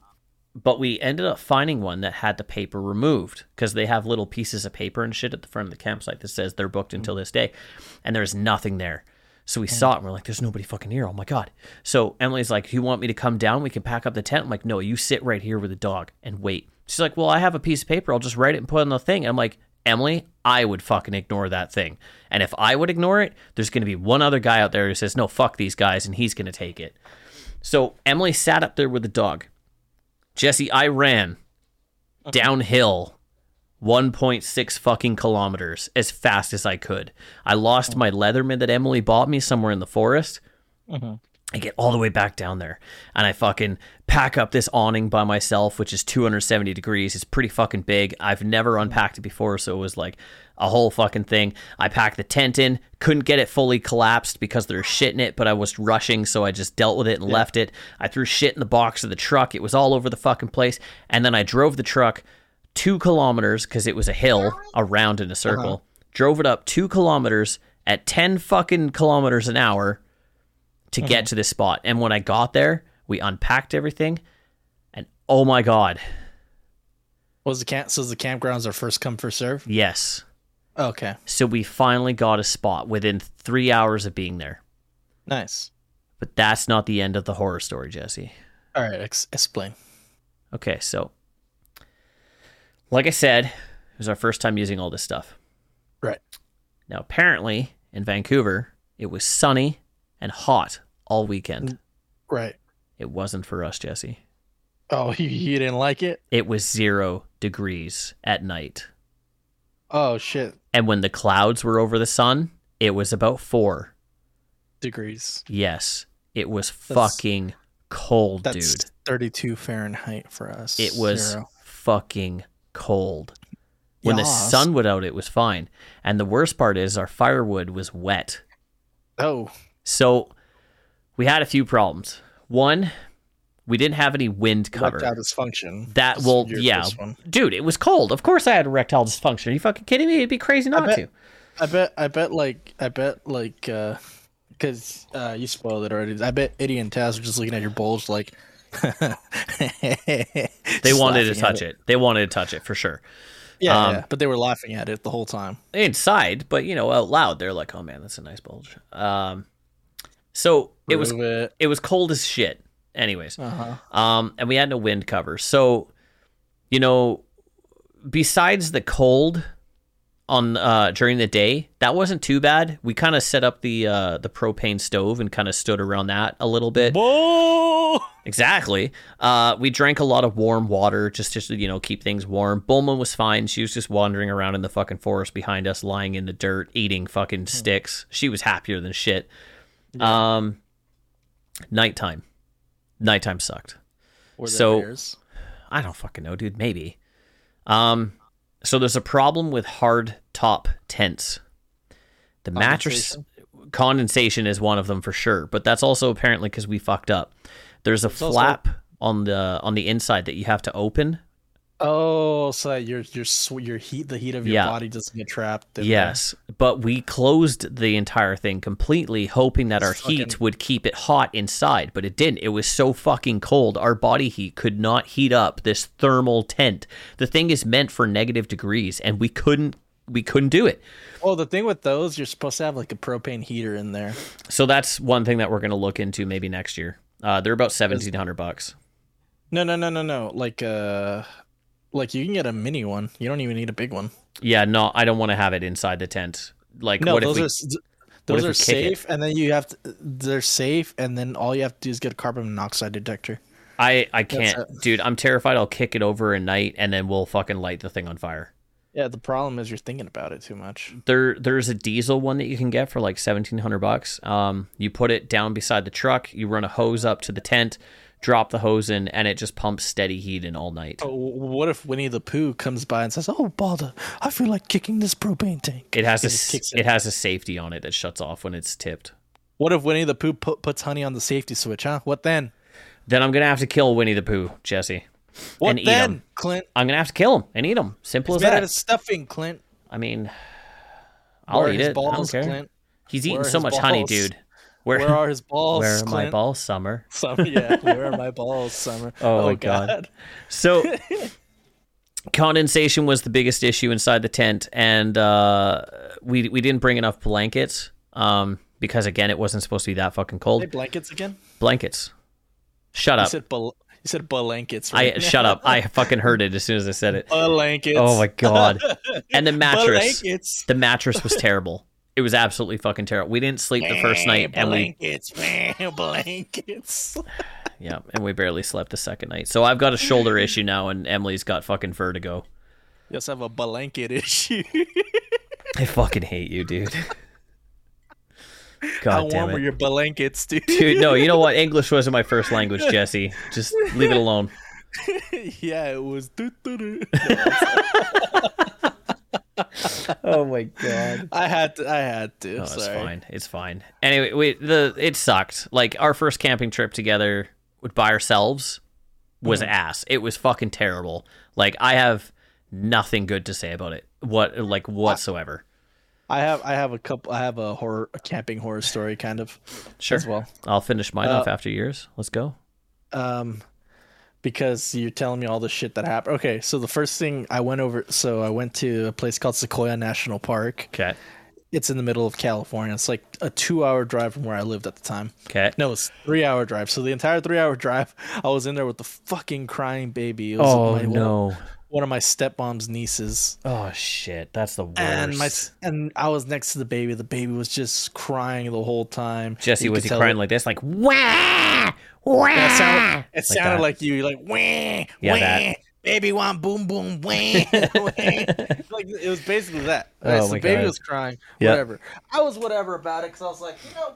B: but we ended up finding one that had the paper removed because they have little pieces of paper and shit at the front of the campsite that says they're booked until this day, and there's nothing there. So we saw it and we're like, "There's nobody fucking here." Oh my god! So Emily's like, "You want me to come down? We can pack up the tent." I'm like, "No, you sit right here with the dog and wait." She's like, "Well, I have a piece of paper. I'll just write it and put it on the thing." I'm like, "Emily, I would fucking ignore that thing, and if I would ignore it, there's going to be one other guy out there who says, "No, fuck these guys," and he's going to take it." So Emily sat up there with the dog. Jesse, I ran downhill 1.6 fucking kilometers as fast as I could. I lost my Leatherman that Emily bought me somewhere in the forest. I get all the way back down there and I fucking pack up this awning by myself, which is 270 degrees. It's pretty fucking big. I've never unpacked it before, so it was like a whole fucking thing. I packed the tent in, couldn't get it fully collapsed because there was shit in it, but I was rushing, so I just dealt with it and left it. I threw shit in the box of the truck. It was all over the fucking place. And then I drove the truck two kilometers because it was a hill around in a circle. Drove it up two kilometers at 10 fucking kilometers an hour to get to this spot. And when I got there, we unpacked everything, and oh my god,
C: Was the camp? So the campgrounds are first come first serve.
B: yes.
C: Okay,
B: So we finally got a spot within three hours of being there.
C: nice.
B: But that's not the end of the horror story, Jesse.
C: All right, ex- explain.
B: Okay, so like I said, it was our first time using all this stuff.
C: Right.
B: Now, apparently in Vancouver, it was sunny and hot all weekend.
C: Right.
B: It wasn't for us, Jesse.
C: Oh, you, you didn't like it?
B: It was zero degrees at night.
C: Oh shit.
B: And when the clouds were over the sun, it was about four.
C: Degrees.
B: Yes, it was
C: That's-
B: fucking cold,
C: That's
B: dude.
C: 32 Fahrenheit for us.
B: It was
C: Zero.
B: fucking cold. When the
C: Yas.
B: sun would out, it was fine. And the worst part is our firewood was wet.
C: Oh,
B: So we had a few problems. One, we didn't have any wind cover.
C: worked out his function.
B: That
C: This
B: will,
C: is your
B: yeah,
C: first one.
B: dude. It was cold. Of course, I had erectile dysfunction. Are you fucking kidding me? It'd be crazy not
C: bet-
B: to.
C: I bet. I bet. Like. I bet. Like. uh 'cause Because uh, you spoiled it already. I bet Eddie and Taz were just looking at your bulge like.
B: They wanted to touch it. They wanted to touch it for sure.
C: Yeah,
B: Um,
C: yeah, but they were laughing at it the whole time.
B: inside, but you know, out loud, they're like, "Oh man, that's a nice bulge." Um, so it was
C: Prove it.
B: it was cold as shit. Anyways,
C: Uh-huh.
B: um, and we had no wind cover, so you know, besides the cold on uh during the day, that wasn't too bad. We kind of set up the uh the propane stove and kind of stood around that a little bit.
C: Whoa!
B: Exactly. Uh, we drank a lot of warm water just to you know keep things warm. Bulma was fine. She was just wandering around in the fucking forest behind us, lying in the dirt, eating fucking sticks. She was happier than shit. Um, nighttime. Nighttime sucked.
C: Were there
B: So-
C: bears?
B: I don't fucking know, dude. Maybe. Um, so there's a problem with hard top tents. The mattress condensation is one of them for sure, but that's also apparently because we fucked up. There's a
C: also-
B: flap on the on the inside that you have to open.
C: Oh, so that your your sw- your heat, the heat of your
B: Yeah.
C: body doesn't get trapped. in
B: Yes, but we closed the entire thing completely, hoping that our heat would keep it hot inside, but it didn't. It was so fucking cold. Our body heat could not heat up this thermal tent. The thing is meant for negative degrees, and we couldn't. We couldn't do it.
C: there. Oh, the thing with those, you're supposed to have like a propane heater in there.
B: So that's one thing that we're going to look into maybe next year. Uh, they're about seventeen hundred bucks.
C: No, no, no, no, no. Like uh, like you can get a mini one. You don't even need a big one.
B: Yeah, no, I don't want to have it inside the tent. Like,
C: No,
B: what
C: those
B: if we?
C: are s-
B: what if
C: those
B: we
C: are
B: kick it?
C: safe, and then you have to. They're safe, and then all you have to do is get a carbon monoxide detector.
B: I I can't,
C: it.
B: dude. I'm terrified. I'll kick it over at night, and then we'll fucking light the thing on fire.
C: Yeah, the problem is you're thinking about it too much.
B: there there's a diesel one that you can get for like 1700 bucks um you put it down beside the truck you run a hose up to the tent drop the hose in and it just pumps steady heat in all night
C: But w- what if Winnie the Pooh comes by and says, "Oh, Balda, I feel like kicking this propane tank."
B: it has a
C: just
B: s-
C: kicks
B: it has a safety on it that shuts off when it's tipped
C: What if Winnie the Pooh put, puts honey on the safety switch? Huh? What then?
B: then i'm gonna have to kill winnie the pooh jesse
C: What
B: And eat
C: then,
B: 'em.
C: Clint?
B: i'm gonna have to kill him and eat him simple as
C: He's mad at
B: that
C: his stuffing, Clint.
B: i mean i'll
C: Or
B: eat
C: his
B: it i don't care He's eating
C: Where are
B: so
C: his
B: much honey,
C: balls?
B: dude. Where,
C: Where are his balls?
B: where are my
C: Clint?
B: balls, Summer?
C: Summer, yeah. Where are my balls, Summer?
B: Oh, my God. So condensation was the biggest issue inside the tent, and uh, we we didn't bring enough blankets um, because again, it wasn't supposed to be that fucking
C: Hey,
B: cold.
C: blankets again?
B: Blankets. Shut
C: You
B: up.
C: said bal- you said blankets. Right?
B: Uh, I shut up. I fucking heard it as soon as I said it.
C: blankets.
B: Oh my god. And the mattress.
C: Blankets.
B: The mattress was terrible. It was absolutely fucking terrible. We didn't sleep the first night, and we
C: Eh, blankets, man, blankets.
B: yeah, and we barely slept the second night. So I've got a shoulder issue now, and Emily's got fucking vertigo.
C: You also have a blanket issue.
B: I fucking hate you, dude. God
C: How
B: damn
C: warm
B: it.
C: were your blankets, dude?
B: Dude, no, you know what? English wasn't my first language, Jesse. Just leave it alone.
C: yeah, it was. doo-doo-doo.
B: Oh my god.
C: I had to. I had to.
B: No, it's
C: sorry.
B: fine. It's fine. Anyway, we the it sucked. Like our first camping trip together with- by ourselves
C: Hmm.
B: was ass. It was fucking terrible. Like I have nothing good to say about it. What like whatsoever.
C: I have. I have a couple. I have a horror, a camping horror story, kind of.
B: Sure.
C: As well.
B: I'll finish mine
C: Uh,
B: off after yours. Let's go.
C: um because you're telling me all the shit that happened. Okay, so the first thing I went over so I went to a place called Sequoia National Park.
B: Okay.
C: It's in the middle of California. It's like a 2-hour drive from where I lived at the time.
B: Okay.
C: No, it's 3-hour drive. So the entire 3-hour drive, I was in there with the fucking crying baby. It was
B: Oh
C: my-
B: no.
C: One of my stepmom's nieces.
B: Oh shit. That's the worst.
C: And my s- and I was next to the baby. The baby was just crying the whole time.
B: Jesse
C: You
B: was
C: could
B: he
C: tell
B: crying
C: it-
B: like this, like wah, wah.
C: It
B: Ah.
C: sounded, it sounded
B: that.
C: like you, like wah,
B: Yeah,
C: wah,
B: that.
C: baby one boom boom wah, wah. like it was basically that. Right?
B: Oh
C: so
B: my
C: baby
B: God.
C: was crying.
B: Yeah.
C: Whatever. I was whatever about it because I was like, you know,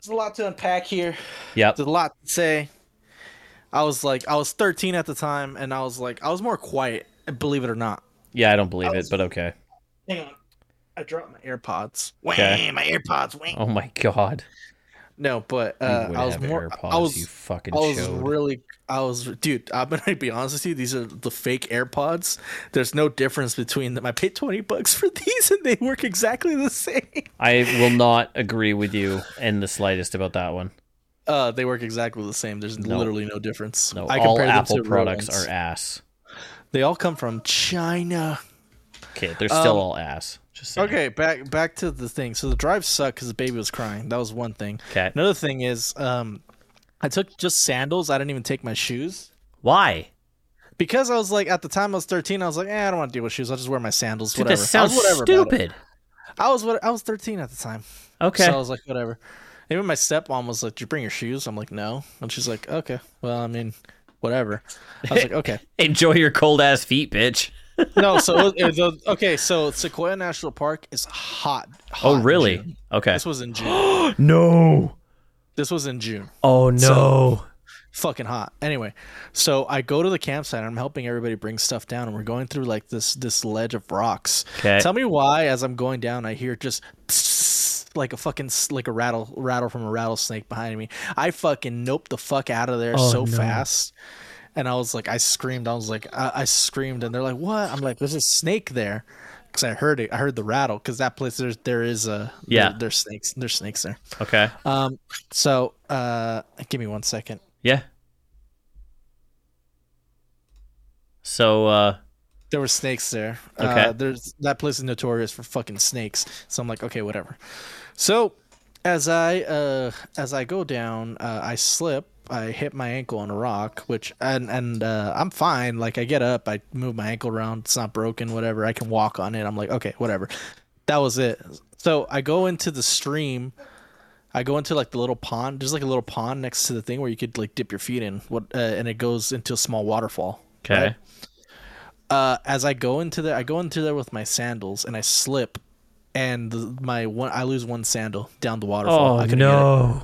C: there's a lot to unpack here.
B: Yep.
C: There's a lot to say. I was like, I was 13 at the time, and I was like, I was more quiet. Believe it or not.
B: Yeah, I don't believe it, but okay.
C: Hang on. I dropped my AirPods. Wah,
B: Okay.
C: my AirPods. Wah.
B: Oh my god.
C: No, but
B: You
C: uh,
B: would
C: I was
B: have
C: more.
B: AirPods,
C: I was.
B: you fucking
C: I was
B: chode.
C: really, I was, dude. I'm gonna be honest with you. These are the fake AirPods. There's no difference between them. I paid twenty bucks for these, and they work exactly the same.
B: I will not agree with you in the slightest about that one.
C: Uh, they work exactly the same. There's literally no difference.
B: No,
C: I
B: all
C: compare them to
B: Apple
C: real
B: products
C: ones.
B: are ass.
C: They all come from China.
B: Okay, they're still all ass. Just saying.
C: Um, Okay, back back to the thing. So the drive sucked because the baby was crying. That was one thing.
B: 'Kay.
C: Another thing is, um, I took just sandals. I didn't even take my shoes.
B: Why?
C: because I was like at the time I was 13, I was like, eh, I don't want to deal with shoes. I'll just wear my sandals.
B: Dude,
C: whatever.
B: that sounds
C: I was whatever about it.
B: stupid.
C: I was what I was 13 at the time.
B: Okay.
C: So I was like, whatever. Even my stepmom was like, "Did you bring your shoes?" I'm like, "No," and she's like, "Okay, well, I mean, whatever." I was like, "Okay."
B: Enjoy your cold ass feet, bitch.
C: No, so it was, it was- okay, so Sequoia National Park is hot. hot
B: Oh
C: in
B: really?
C: June.
B: Okay.
C: This was in June.
B: No.
C: this was in June.
B: Oh no.
C: fucking hot. Anyway, so I go to the campsite and I'm helping everybody bring stuff down and we're going through like this this ledge of rocks.
B: 'Kay.
C: Tell me why as I'm going down I hear just like a fucking s- like a rattle rattle from a rattlesnake behind me. I fucking nope the fuck out of there so fast. And I was like I screamed. I was like I, I screamed and they're like what? I'm like there's a snake there. Cause I heard it. I heard the rattle. Cause that place there's there is a
B: Yeah.
C: there- there's snakes. There's snakes there.
B: Okay.
C: Um. So uh, give me one second.
B: Yeah. So uh
C: There were snakes there.
B: Okay.
C: Uh, there's that place is notorious for fucking snakes. So I'm like, okay, whatever. So as I uh, as I go down, uh, I slip. I hit my ankle on a rock, which and and uh, I'm fine. Like I get up, I move my ankle around. It's not broken. Whatever. I can walk on it. I'm like, okay, whatever. That was it. So I go into the stream. I go into like the little pond. There's like a little pond next to the thing where you could like dip your feet in. What uh, and it goes into a small waterfall
B: okay.
C: uh, as I go into there, I go into there with my sandals and I slip, and the, my one I lose one sandal down the
B: Oh,
C: waterfall. I couldn't get it.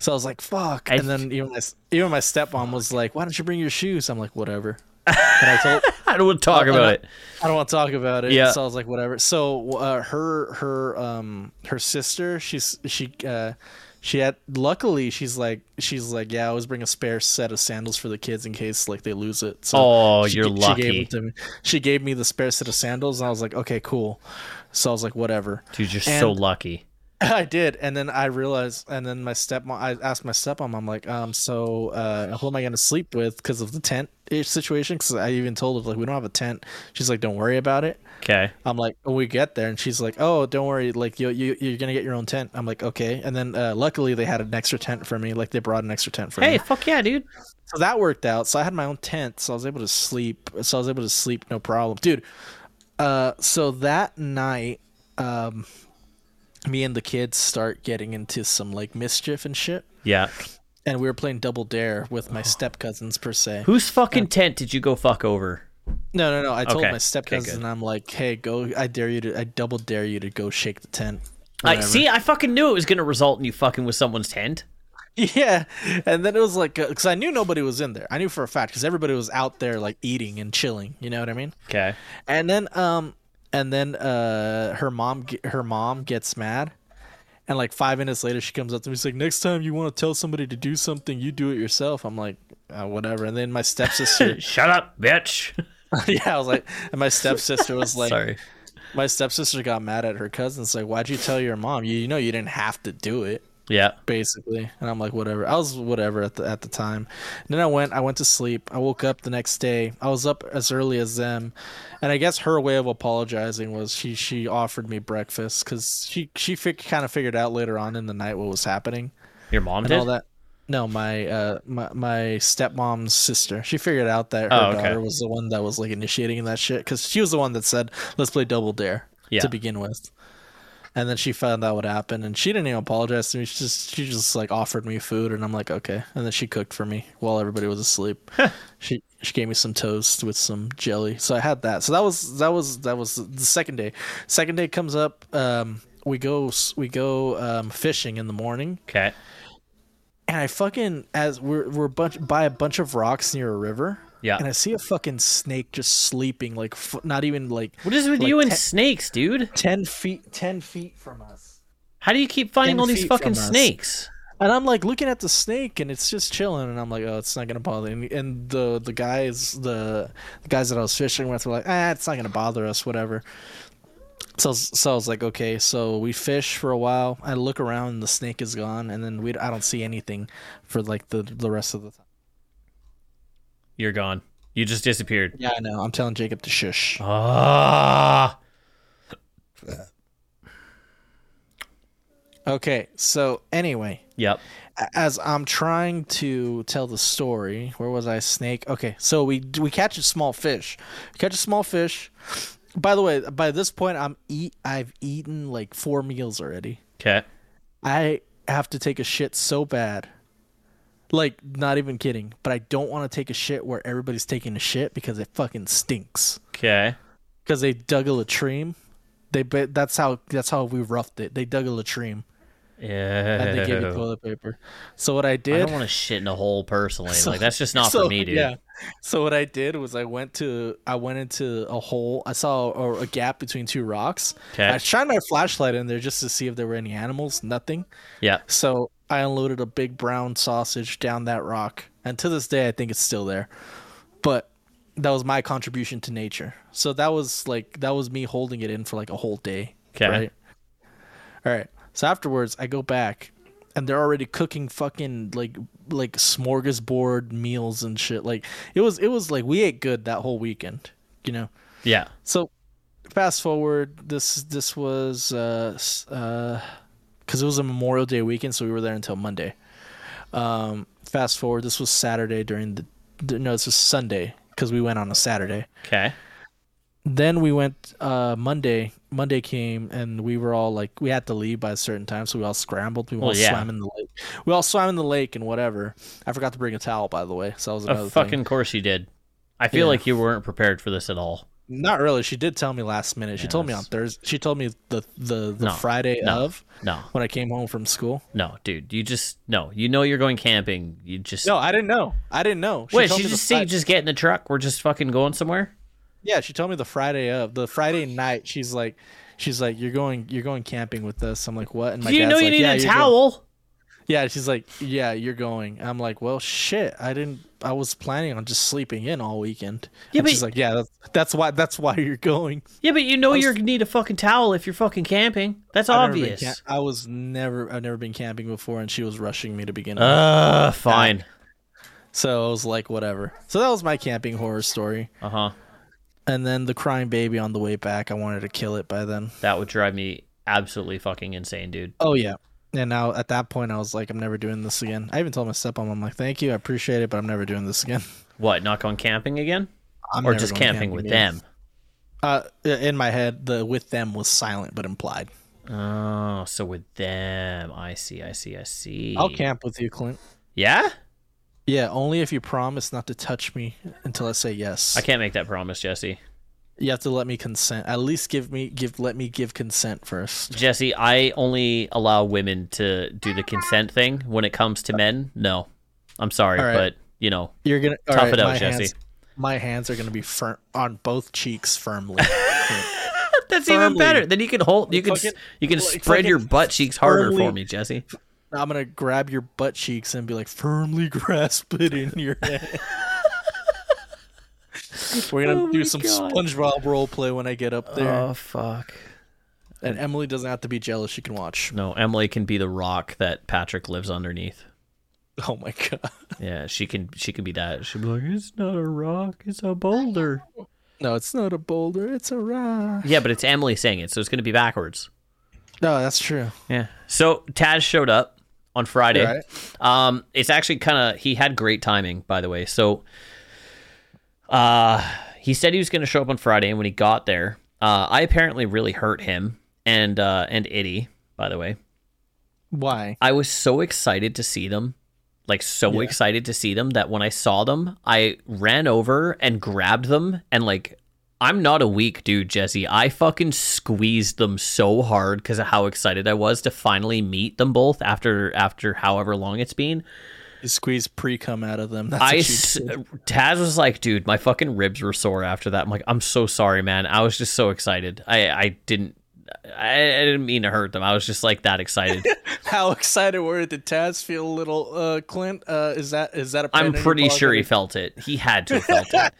C: So I was like, "Fuck!"
B: I
C: and then even my even my stepmom was like, "Why don't you bring your shoes?" I'm like, "Whatever." and I told
B: I don't want to talk
C: I
B: about
C: don't-
B: it.
C: I don't want to talk about it.
B: Yeah.
C: So I was like, whatever. So uh, her her um her sister, she's she uh she had luckily she's like she's like yeah I always bring a spare set of sandals for the kids in case like they lose it. So
B: Oh, you're
C: She
B: lucky.
C: gave, it to me. she gave me the spare set of sandals and I was like okay cool. So I was like whatever.
B: Dude, you're so
C: And-
B: lucky.
C: I did, and then I realized, and then my stepmom. I asked my stepmom. I'm like, um, so uh, who am I gonna sleep with because of the tent ish situation? Because I even told her like we don't have a tent. She's like, don't worry about it.
B: Okay.
C: I'm like, when we get there, and she's like, oh, don't worry, like you you you're gonna get your own tent. I'm like, okay. And then uh, luckily they had an extra tent for me. Like they brought an extra tent for
B: Hey,
C: me.
B: fuck yeah, dude.
C: So that worked out. So I had my own tent, so I was able to sleep. So I was able to sleep, no problem, dude. Uh, so that night, um, me and the kids start getting into some like mischief and shit,
B: Yeah.
C: and we were playing double dare with
B: Oh.
C: my step cousins per se.
B: Whose fucking tent did you go fuck over?
C: No, no, no. I told
B: Okay.
C: my step
B: Okay,
C: cousins,
B: good.
C: and I'm like, hey, go! I dare you to, I double dare you to go shake the tent.
B: I
C: Whatever.
B: see. I fucking knew it was gonna result in you fucking with someone's tent.
C: Yeah, and then it was like, because I knew nobody was in there. I knew for a fact because everybody was out there like eating and chilling. You know what I mean?
B: Okay.
C: And then um and then uh her mom ge- her mom gets mad. And like 5 minutes later she comes up to me she's like next time you want to tell somebody to do something you do it yourself. I'm like uh, whatever. And then my stepsister
B: Shut up, bitch.
C: yeah, I was like and my stepsister was like
B: Sorry.
C: my stepsister got mad at her cousin. It's like why'd you tell your mom? You, you know you didn't have to do it
B: Yeah.
C: basically and i'm like whatever i was whatever at the at the time and then i went i went to sleep i woke up the next day i was up as early as them and i guess her way of apologizing was she she offered me breakfast because she she fig- kind of figured out later on in the night what was happening
B: Your mom
C: and
B: did.
C: all that no my uh my, my stepmom's sister she figured out that her
B: Oh, okay.
C: daughter was the one that was like initiating that shit because she was the one that said let's play double dare
B: Yeah.
C: to begin with and then she found out what happened and she didn't even apologize to me she just she just like offered me food and i'm like okay and then she cooked for me while everybody was asleep she she gave me some toast with some jelly so i had that so that was that was that was the second day second day comes up um we go s- we go um fishing in the morning
B: Okay.
C: and I fucking as we're we're bunch by a bunch of rocks near a river.
B: Yeah.
C: And I see a fucking snake just sleeping, like f- not even like
B: What is with
C: like
B: you and
C: te-
B: snakes, dude?
C: ten feet, ten feet from us.
B: How do you keep finding
C: 10
B: all these
C: feet
B: fucking
C: from us.
B: snakes?
C: And I'm like looking at the snake, and it's just chilling. And I'm like, oh, it's not gonna bother. And, and the the guys, the, the guys that I was fishing with, were like, ah, it's not gonna bother us, whatever. So, I was- so I was like, okay. So we fish for a while. I look around, the snake is gone, and then we I don't see anything for like the the rest of the time.
B: You're gone. You just disappeared.
C: Yeah, I know. I'm telling Jacob to shush.
B: Ah.
C: Okay, so anyway,
B: Yep.
C: a- as I'm trying to tell the story, where was I? Snake. Okay, so we we catch a small fish. We catch a small fish. By the way, by this point, I'm eat. I've eaten like four meals already.
B: Okay.
C: I have to take a shit so bad. Like, not even kidding. But I don't want to take a shit where everybody's taking a shit because it fucking stinks.
B: Okay.
C: Because they dug a latrine. They ba- that's how that's how we roughed it. They dug a latrine
B: Yeah.
C: and they gave me toilet paper. So what I did,
B: I don't want to shit in a hole personally.
C: So-
B: like that's just not
C: so,
B: for me, dude.
C: Yeah. So what I did was I went to I went into a hole. I saw a, a gap between two rocks.
B: 'Kay.
C: I shined my flashlight in there just to see if there were any animals. Nothing.
B: Yeah.
C: So I unloaded a big brown sausage down that rock, and to this day I think it's still there. But that was my contribution to nature. So that was like that was me holding it in for like a whole day.
B: 'Kay.
C: Right. All right. So afterwards, I go back, and they're already cooking fucking like like smorgasbord meals and shit. Like it was it was like we ate good that whole weekend, you know.
B: Yeah.
C: So fast forward, this this was uh s- uh because it was a Memorial Day weekend, so we were there until Monday. Um, fast forward, this was Saturday during the d- no, this was Sunday because we went on a Saturday
B: Okay.
C: then we went uh monday monday came and we were all like we had to leave by a certain time so we all scrambled we all
B: Well, yeah.
C: swam in the lake we all swam in the lake and whatever i forgot to bring a towel by the way so that was another
B: Of
C: thing.
B: fucking course you did. I feel
C: Yeah.
B: like you weren't prepared for this at all.
C: not really she did tell me last minute she told me on
B: Yes.
C: thursday she told me the the, the
B: No,
C: friday
B: no.
C: of
B: No.
C: when i came home from school
B: No, dude. You just no. You know you're going camping. You just
C: no i didn't know i didn't know she
B: Wait,
C: told
B: she
C: me the
B: just say
C: Fri-
B: just get in the truck. We're just fucking going somewhere.
C: Yeah, she told me the Friday of the Friday night. She's like, she's like, you're going, you're going camping with us. I'm like, what? And my
B: you
C: dad's
B: know you
C: like,
B: need
C: yeah,
B: a
C: you're go-
B: towel.
C: Yeah, she's like, yeah, you're going. I'm like, well, shit, I didn't. I was planning on just sleeping in all weekend.
B: Yeah,
C: and
B: but-
C: she's like, yeah, that's, that's why. That's why you're going.
B: Yeah, but you know you need a fucking towel if you're fucking camping. That's
C: I've never been
B: obvious.
C: cam- I was never. I've never been camping before, and she was rushing me to begin with.
B: Uh, fine.
C: So I was like, whatever. So that was my camping horror story.
B: Uh huh.
C: And then the crying baby on the way back. I wanted to kill it by then.
B: That would drive me absolutely fucking insane, dude.
C: Oh yeah. And now at that point, I was like, I'm never doing this again. I even told my stepmom, I'm like, thank you, I appreciate it, but I'm never doing this again.
B: What? Not going camping again,
C: I'm
B: or
C: never
B: just
C: going
B: camping, with
C: again.
B: them?
C: Uh, in my head, the with them was silent but implied.
B: Oh, so with them. I see. I see. I see.
C: I'll camp with you, Clint.
B: Yeah,
C: Yeah, only if you promise not to touch me until I say yes.
B: I can't make that promise, Jesse.
C: You have to let me consent. At least give me give let me give consent first.
B: Jesse, I only allow women to do the consent thing. When it comes to men, no. I'm sorry,
C: All right.
B: but you know,
C: You're gonna
B: Tough
C: all
B: it out,
C: my
B: Jesse.
C: hands- my hands are gonna be firm on both cheeks firmly.
B: that's even
C: Firmly.
B: better. Then you can hold, you can, s-
C: Fucking-
B: you can
C: like,
B: spread your
C: fucking
B: butt cheeks harder for me,
C: firmly-
B: Jesse.
C: I'm gonna grab your butt cheeks and be like, firmly grasp it in your hand. We're gonna
B: Oh my
C: do some
B: God.
C: SpongeBob roleplay when I get up there,
B: Oh fuck.
C: and Emily doesn't have to be jealous; she can watch.
B: No, Emily can be the rock that Patrick lives underneath.
C: Oh my god!
B: Yeah, she can. She can be that. She'll be like, "It's not a rock. It's a boulder."
C: No, it's not a boulder; it's a rock.
B: Yeah, but it's Emily saying it, so it's going to be backwards.
C: No, that's true.
B: Yeah. So Taz showed up on Friday.
C: All right.
B: Um, it's actually kind of he had great timing, by the way. So, uh, he said he was going to show up on Friday, and when he got there, uh, I apparently really hurt him and uh, and Itty. By the way,
C: Why?
B: I was so excited to see them, like so excited to see them that when I saw them, I ran over and grabbed them and like I'm not a weak dude, Jesse. I fucking squeezed them so hard because of how excited I was to finally meet them both after after however long it's been.
C: You squeeze pre cum out of them. That's
B: I
C: what you
B: s-
C: did.
B: Taz was like, dude, my fucking ribs were sore after that. I'm like, I'm so sorry, man. I was just so excited. I I didn't I, I didn't mean to hurt them. I was just like that excited.
C: How excited were you? Did Taz feel a little, uh, Clint? Uh, is that is that a?
B: I'm
C: brand in your
B: pretty
C: closet?
B: sure he felt it. He had to have felt it.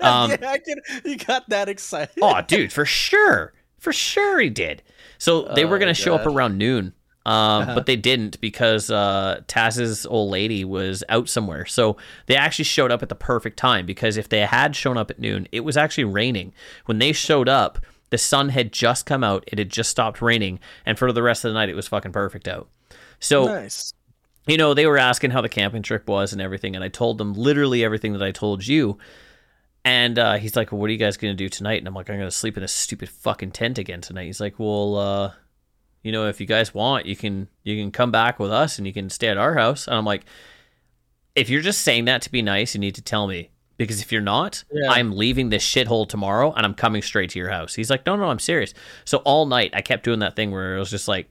B: Um,
C: yeah, I can, he got that excited.
B: Oh, dude, for sure. For sure he did. So they were
C: Oh, Uh-huh.
B: going to show up
C: God.
B: around noon, um, but they didn't because uh, Taz's old lady was out somewhere. So they actually showed up at the perfect time because if they had shown up at noon, it was actually raining. When they showed up, the sun had just come out, it had just stopped raining, and for the rest of the night, it was fucking perfect out.
C: Oh,
B: So
C: nice.
B: you know, they were asking how the camping trip was and everything, and I told them literally everything that I told you. And uh, he's like, well, "What are you guys gonna do tonight?" And I'm like, "I'm gonna sleep in this stupid fucking tent again tonight." He's like, "Well, uh, you know, if you guys want, you can you can come back with us and you can stay at our house." And I'm like, "If you're just saying that to be nice, you need to tell me because if you're not,
C: Yeah.
B: I'm leaving this shithole tomorrow and I'm coming straight to your house." He's like, "No, no, I'm serious." So all night I kept doing that thing where it was just like,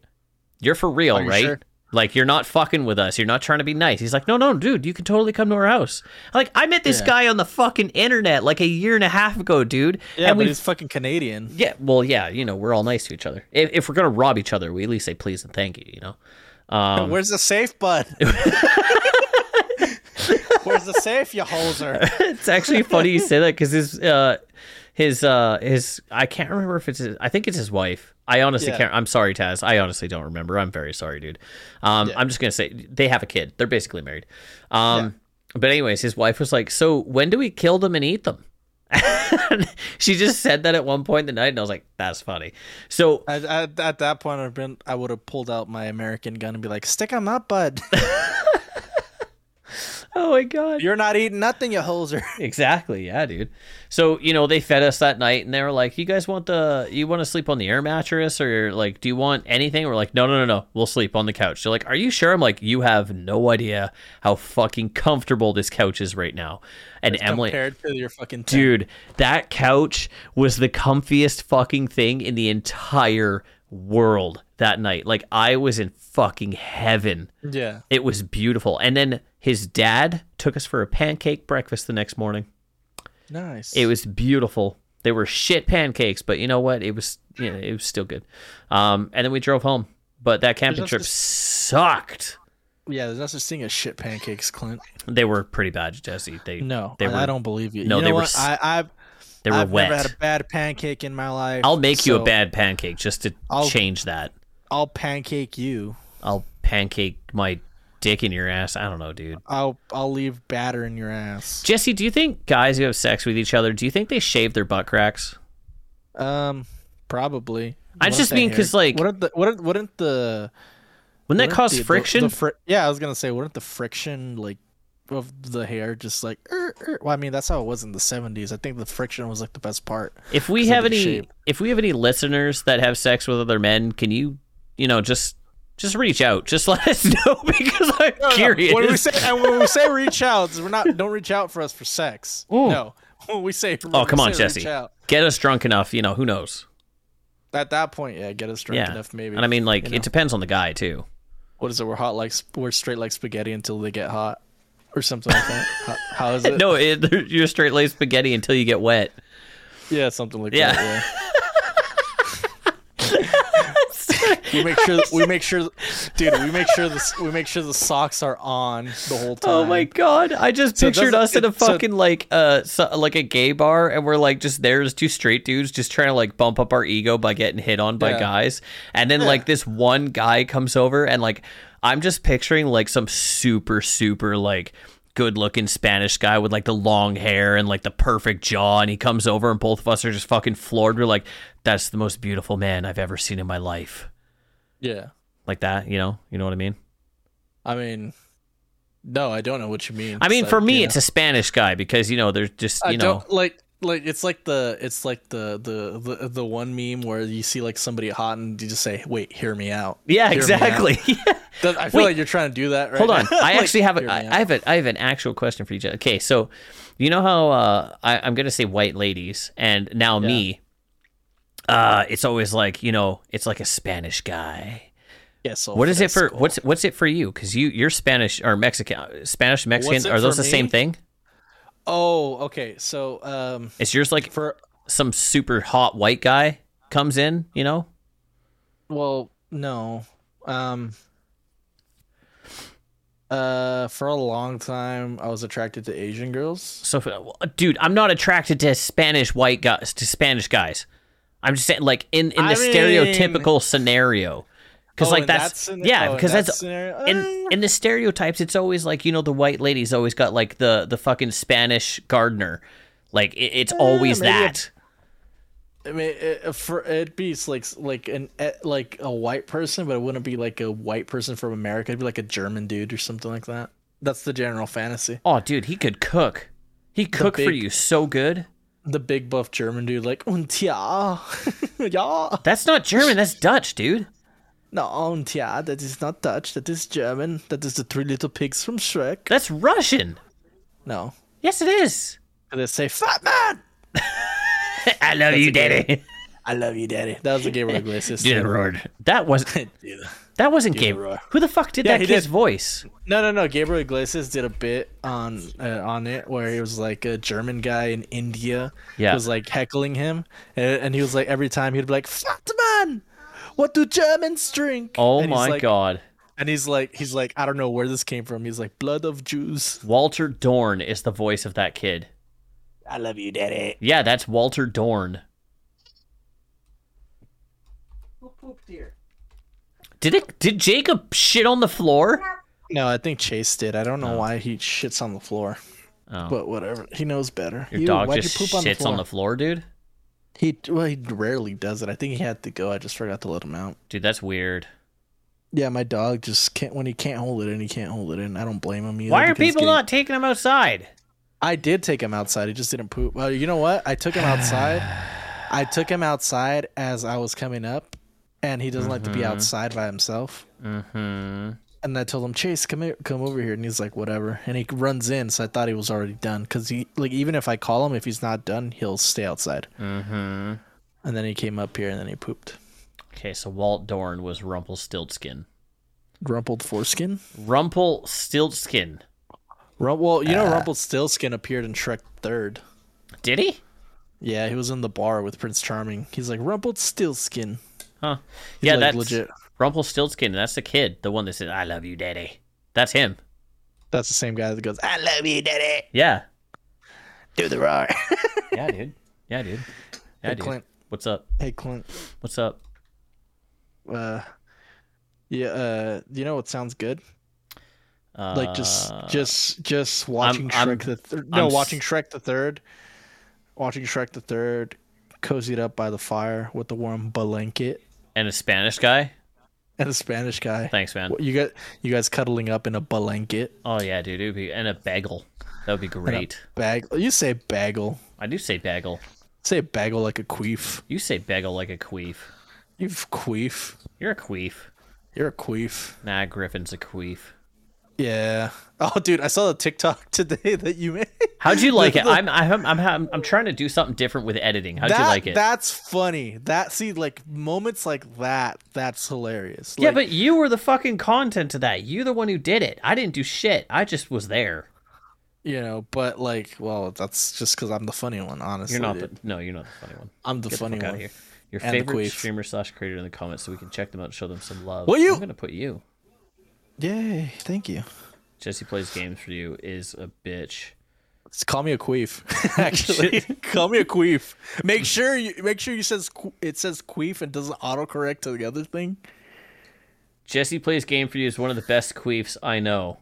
B: "You're for real,
C: you
B: right?"
C: sure?
B: Like you're not fucking with us. You're not trying to be nice. He's like, no, no, dude, you can totally come to our house. Like I met this
C: Yeah.
B: guy on the fucking internet like a year and a half ago, dude.
C: Yeah,
B: and
C: but
B: we,
C: he's fucking Canadian.
B: yeah, well, yeah, you know, we're all nice to each other. If, if we're gonna rob each other, we at least say please and thank you, you know. Um,
C: Where's the safe button? Where's the safe, you hoser?
B: it's actually funny you say that because his uh, his uh, his I can't remember if it's his, I think it's his wife. I honestly
C: Yeah.
B: can't. I'm sorry, Taz. I honestly don't remember. I'm very sorry, dude. Um, I'm just gonna say they have a kid. They're basically married. Um, but anyways, his wife was like, "So when do we kill them and eat them?" she just said that at one point in the night, and I was like, "That's funny." So
C: At, at, at that point, I've been, I would have pulled out my American gun and be like, "Stick 'em up, bud.
B: oh my god,
C: You're not eating nothing, you hoser."
B: Exactly, yeah, dude. So you know they fed us that night, and they were like, "You guys want the? You want to sleep on the air mattress, or like, do you want anything?" We're like, "No, no, no, no. We'll sleep on the couch." They're like, "Are you sure?" I'm like, "You have no idea how fucking comfortable this couch is right now." And Emily,
C: Compared to your fucking tent.
B: dude, that couch was the comfiest fucking thing in the entire world that night. Like I was in fucking heaven.
C: Yeah.
B: It was beautiful. And then his dad took us for a pancake breakfast the next morning.
C: Nice.
B: It was beautiful. They were shit pancakes, but you know what? It was you know, it was still good. Um, and then we drove home, but that camping
C: There's
B: trip
C: also-
B: sucked.
C: Yeah, there's no such thing as shit pancakes, Clint.
B: They were pretty bad, Jesse. They
C: No,
B: they
C: I,
B: were
C: I don't believe you.
B: No,
C: You know
B: they were
C: what?
B: s-
C: I, I've
B: they were
C: I've
B: wet.
C: never had a bad pancake in my life.
B: I'll make you a
C: so
B: bad pancake just to
C: I'll-
B: change that.
C: I'll pancake you.
B: I'll pancake my dick in your ass. I don't know, dude.
C: I'll I'll leave batter in your ass.
B: Jesse, do you think guys who have sex with each other, do you think they shave their butt cracks?
C: Um, probably.
B: I
C: What's
B: just
C: that
B: mean 'cause,
C: hair?
B: like-
C: wouldn't the wouldn't, wouldn't the
B: Wouldn't
C: wouldn't
B: that cause
C: the- the-
B: friction?
C: the fri- yeah, I was gonna say, wouldn't the friction like of the hair just like? Er, er. Well, I mean, that's how it was in the '70s. I think the friction was like the best part.
B: if we
C: 'cause of
B: have
C: the
B: any
C: shape.
B: if we have any listeners that have sex with other men, can you you know just just reach out. Just let us know because I'm curious.
C: When we say and when we say reach out, we're not don't reach out for us for sex. No, when we say
B: oh, come on,
C: say reach
B: Jesse.
C: out,
B: Get us drunk enough, you know, who knows?
C: At that point, yeah, get us drunk
B: yeah.
C: enough, maybe.
B: and I mean like
C: you
B: it
C: know.
B: depends on the guy too.
C: what is it? We're hot like sp- we're straight like spaghetti until they get hot, or something like that. how, how is it?
B: No, it, you're straight laced spaghetti until you get wet.
C: Yeah, something like
B: Yeah.
C: that. Yeah. we make sure we make sure dude, we make sure the we make sure the socks are on the whole time.
B: Oh my god! I just
C: it
B: pictured
C: doesn't-
B: us in a
C: it- so-
B: fucking like uh so, like a gay bar, and we're like just there as two straight dudes just trying to like bump up our ego by getting hit on by
C: Yeah.
B: guys, and then like this one guy comes over and like I'm just picturing like some super super like good looking Spanish guy with like the long hair and like the perfect jaw, and he comes over and both of us are just fucking floored. We're like, that's the most beautiful man I've ever seen in my life,
C: Yeah.
B: like that. You know, you know what I mean.
C: I mean no, I don't know what you mean.
B: I mean,
C: It's
B: for
C: like,
B: me,
C: you
B: it's
C: know.
B: a Spanish guy because you know they're just you
C: I
B: know.
C: don't like like it's like the it's like the, the the the one meme where you see like somebody hot and you just say, "Wait, hear me out."
B: Yeah,
C: Hear me
B: exactly.
C: out. That- I feel
B: Wait.
C: like you're trying to do that right.
B: Hold on.
C: now.
B: I
C: Like,
B: actually have a,
C: hear
B: I,
C: me
B: I have a, I have an actual question for you. Jen. Okay, so you know how uh, I, I'm gonna say white ladies and now me. Uh, it's always like you know, it's like a Spanish guy.
C: Yeah, so
B: What is it for?
C: Oh, fresco.
B: What's what's it for you? Because you you're Spanish or Mexican, Spanish and
C: What's
B: Mexican.
C: it
B: Are those
C: for
B: the same
C: me?
B: thing?
C: Oh, okay. So, um
B: It's yours like
C: for
B: some super hot white guy comes in. You know,
C: Well, no. Um uh for a long time I was attracted to Asian girls.
B: So, dude, I'm not attracted to Spanish white guys, to Spanish guys. I'm just saying, like in in the
C: I mean-
B: stereotypical scenario, because
C: Oh,
B: like
C: in
B: that's
C: that scena-
B: yeah,
C: oh, in
B: because
C: that
B: that's
C: scenario?
B: in in the stereotypes, it's always like you know the white lady's always got like the the fucking Spanish gardener, like it, it's always
C: Eh, maybe a-
B: that.
C: I mean it, uh, for it'd be s- like like an eh, like a white person, but it wouldn't be like a white person from America. It'd be like a German dude or something like that. That's the general fantasy.
B: Oh, dude, he could cook. He cooked for
C: big-
B: you so good.
C: The big buff German dude like und ja. ja.
B: That's not German. That's Dutch, dude.
C: No, und ja, that is not Dutch. That is German. That is the three little pigs from Shrek.
B: That's Russian.
C: No.
B: Yes, it is.
C: They say fat man.
B: I love you, Daddy.
C: I love you, Daddy. That was the Gabriel Iglesias.
B: Dude, roared. That was That wasn't Gabriel.
C: Roy.
B: Who the fuck did
C: Yeah,
B: that
C: he
B: kid's
C: did.
B: voice?
C: No, no, no. Gabriel Iglesias did a bit on uh, on it where he was like a German guy in India.
B: Yeah.
C: was like heckling him, and, and he was like every time he'd be like, "Fat man, what do Germans drink?"
B: Oh
C: And he's
B: my
C: like-
B: god.
C: And he's like, he's like, I don't know where this came from. He's like, blood of Jews.
B: Walter Dorn is the voice of that kid.
C: I love you, Daddy.
B: Yeah, that's Walter Dorn. Did it did Jacob shit on the floor?
C: No, I think Chase did. I don't know why he shits on the floor,
B: Oh.
C: but whatever. He knows better.
B: Your
C: Ew,
B: dog
C: why'd
B: just
C: you poop on the
B: shits
C: floor?
B: on the floor, dude?
C: He well, he rarely does it. I think he had to go. I just forgot to let him out.
B: Dude, that's weird.
C: Yeah, my dog just can't when he can't hold it in. He can't hold it in. I don't blame him either.
B: Why are
C: because he's
B: people
C: getting-
B: not taking him outside?
C: I did take him outside. He just didn't poop. Well, you know what? I took him outside. I took him outside as I was coming up, and he doesn't like to be outside by himself.
B: Mm-hmm.
C: And I told him, Chase, come here, come over here. And he's like, whatever. And he runs in. So I thought he was already done because he like even if I call him, if he's not done, he'll stay outside.
B: Mm-hmm.
C: And then he came up here and then he pooped.
B: Okay, so Walt Dorn was Rumpelstiltskin.
C: Rumpled foreskin.
B: Rumpelstiltskin. Ah.
C: Rum- well, you know, Rumpled Stillskin appeared in Shrek Third.
B: Did he?
C: Yeah, he was in the bar with Prince Charming. He's like rumpled Stillskin.
B: Huh.
C: He's
B: yeah,
C: like
B: that's
C: legit.
B: Rumpelstiltskin. That's the kid, the one that says, "I love you, Daddy." That's him.
C: That's the same guy that goes, "I love you, daddy."
B: Yeah.
C: Do the roar.
B: Yeah, dude. Yeah, dude. Yeah,
C: Hey,
B: dude.
C: Clint.
B: What's up?
C: hey Clint,
B: What's up?
C: uh, yeah, uh, you know what sounds good?
B: Uh,
C: Like just, just, just watching
B: I'm-
C: Shrek the third. No,
B: I'm s-
C: watching Shrek the third. Watching Shrek the third, cozied up by the fire with the warm blanket
B: Uh, and a Spanish guy.
C: and the Spanish guy.
B: Thanks, man.
C: What, you got you guys cuddling up in a blanket
B: Oh yeah, dude. It'd be, and a bagel. That would be great.
C: bag. You say bagel.
B: I do say bagel.
C: Say bagel like a queef.
B: You say bagel like a queef.
C: You've queef.
B: You're a queef.
C: You're a queef.
B: Nah, Griffin's a queef.
C: Yeah. Oh, dude, I saw the TikTok today that you made.
B: How'd you like it? I'm I'm I'm I'm, I'm trying to do something different with editing. How'd
C: that,
B: you like it?
C: That's funny. That see, like moments like that. That's hilarious.
B: yeah,
C: Like,
B: but you were the fucking content to that. You the one who did it. I didn't do shit. I just was there.
C: you know, but like, well, that's just because I'm the funny one. Honestly,
B: You're not the
C: dude.
B: no. You're not the funny one.
C: I'm the
B: Get
C: funny
B: the fuck
C: one.
B: out of here. Your
C: And the
B: favorite
C: queef.
B: streamer slash creator in the comments so we can check them out and show them some love.
C: Will you-
B: I'm gonna put you.
C: Yay! Thank you.
B: Jesse plays games for you is a bitch.
C: Just call me a queef. Actually, call me a queef. Make sure you make sure you says qu- it says queef and doesn't autocorrect to the other thing.
B: Jesse plays game for you is one of the best queefs I know.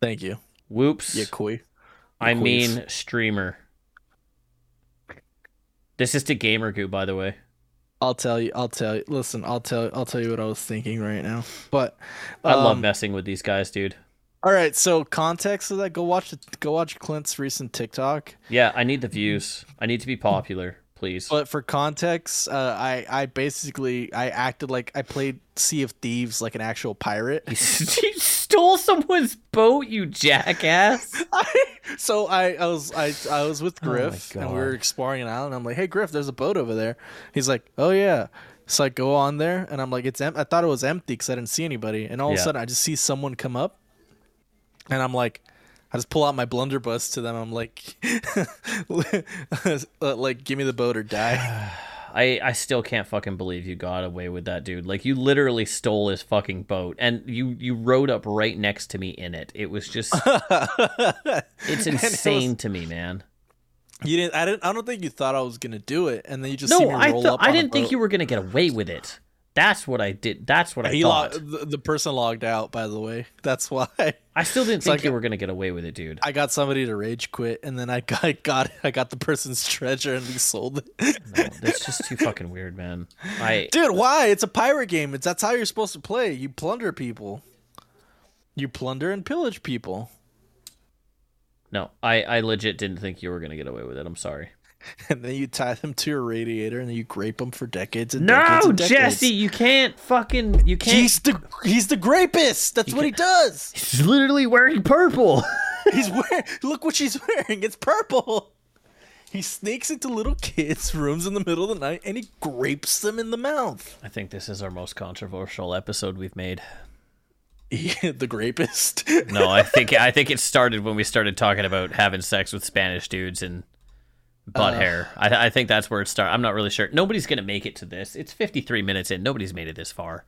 C: Thank you.
B: Whoops.
C: Yeah, queef.
B: I
C: queef.
B: mean streamer. This is to Gamer Goo, by the way.
C: I'll tell you. I'll tell you. Listen, I'll tell. I'll tell you what I was thinking right now. But
B: I love
C: um,
B: messing with these guys, dude.
C: All right, so context of that, go watch go watch Clint's recent TikTok.
B: Yeah, I need the views. I need to be popular, please.
C: But for context, uh, I I basically I acted like I played Sea of Thieves like an actual pirate.
B: you stole someone's boat, you jackass.
C: so I, I was I, I was with Griff and we were
B: Oh God.
C: exploring an island. I'm like, hey Griff, there's a boat over there. He's like, oh yeah. So I go on there and I'm like, it's em- I thought it was empty because I didn't see anybody. And all of
B: Yeah.
C: a sudden, I just see someone come up, and I'm like, I just pull out my blunderbuss to them. I'm like, uh, like give me the boat or die.
B: I, I still can't fucking believe you got away with that, dude. Like you literally stole his fucking boat and you you rode up right next to me in it. It was just it's insane to me, man.
C: you didn't. I didn't. I don't think you thought I was gonna do it, and then you just see
B: No,
C: me
B: I
C: roll
B: thought
C: up.
B: I
C: on a
B: didn't think
C: boat.
B: you were going to get away with it. That's what I did. That's what I
C: He lo-
B: thought.
C: the, the person logged out, by the way. That's why.
B: I still didn't think
C: like
B: you
C: a-
B: were going to get away with it, dude.
C: I got somebody to rage quit, and then I got I got I got the person's treasure, and we sold it.
B: No, that's just too fucking weird, man. I
C: Dude, why? It's a pirate game. It's that's how you're supposed to play. You plunder people. You plunder and pillage people,
B: no, I I legit didn't think you were going to get away with it. I'm sorry.
C: and then you tie them to your radiator, and then you grape them for decades and decades.
B: No,
C: and decades.
B: Jesse, you can't fucking you can't.
C: He's the he's the grapist. That's what he does.
B: She's literally wearing purple.
C: He's wearing. Look what she's wearing. It's purple. He sneaks into little kids' rooms in the middle of the night, and he grapes them in the mouth.
B: I think this is our most controversial episode we've made.
C: the grapist.
B: No, I think I think it started when we started talking about having sex with Spanish dudes and butt hair. I, I think that's where it started. I'm not really sure. Nobody's gonna make it to this. It's 53 minutes in. Nobody's made it this far.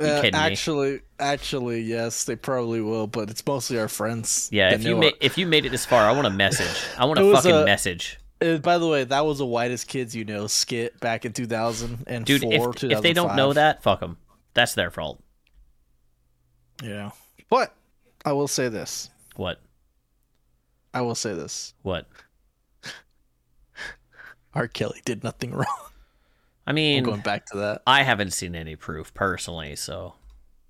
B: You
C: Uh,
B: kidding me?
C: actually, actually, yes, they probably will, but it's mostly our friends.
B: Yeah,
C: that
B: if you
C: know
B: ma-
C: it.
B: if you made it this far, I want a message. I want
C: It
B: a
C: was,
B: fucking
C: uh,
B: message,
C: Uh, by the way, that was the whitest kids you know skit back in 2004,
B: dude. If, if they don't know
C: 2005.
B: that, fuck them. That's their fault.
C: yeah. But I will say this.
B: What?
C: I will say this.
B: What?
C: R. Kelly did nothing wrong.
B: I
C: I'm
B: mean,
C: going back to that.
B: I haven't seen any proof personally, so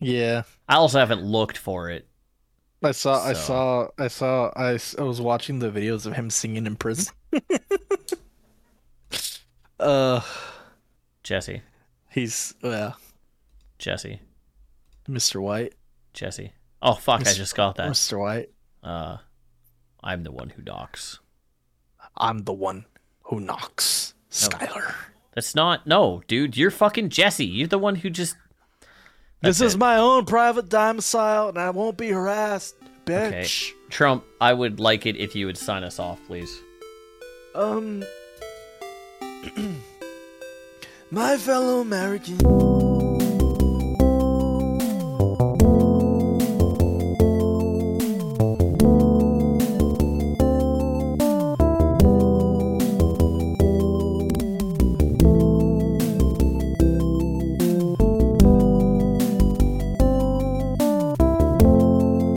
C: Yeah.
B: I also haven't looked for it.
C: I saw, I
B: So-
C: saw, I saw, I, s- I was watching the videos of him singing in prison. uh,
B: Jesse,
C: he's, well,
B: Jesse,
C: Mr. White.
B: Jesse. Oh fuck! I
C: Mis-
B: just got that.
C: Mr. White.
B: Uh, I'm the one who docks.
C: I'm the one who knocks. Skylar.
B: That's not no, dude. You're fucking Jesse. You're the one who just.
C: This
B: That's
C: is
B: it.
C: my own private domicile, and I won't be harassed, bitch.
B: Trump. I would like it if you would sign us off, please.
C: Um, My fellow Americans.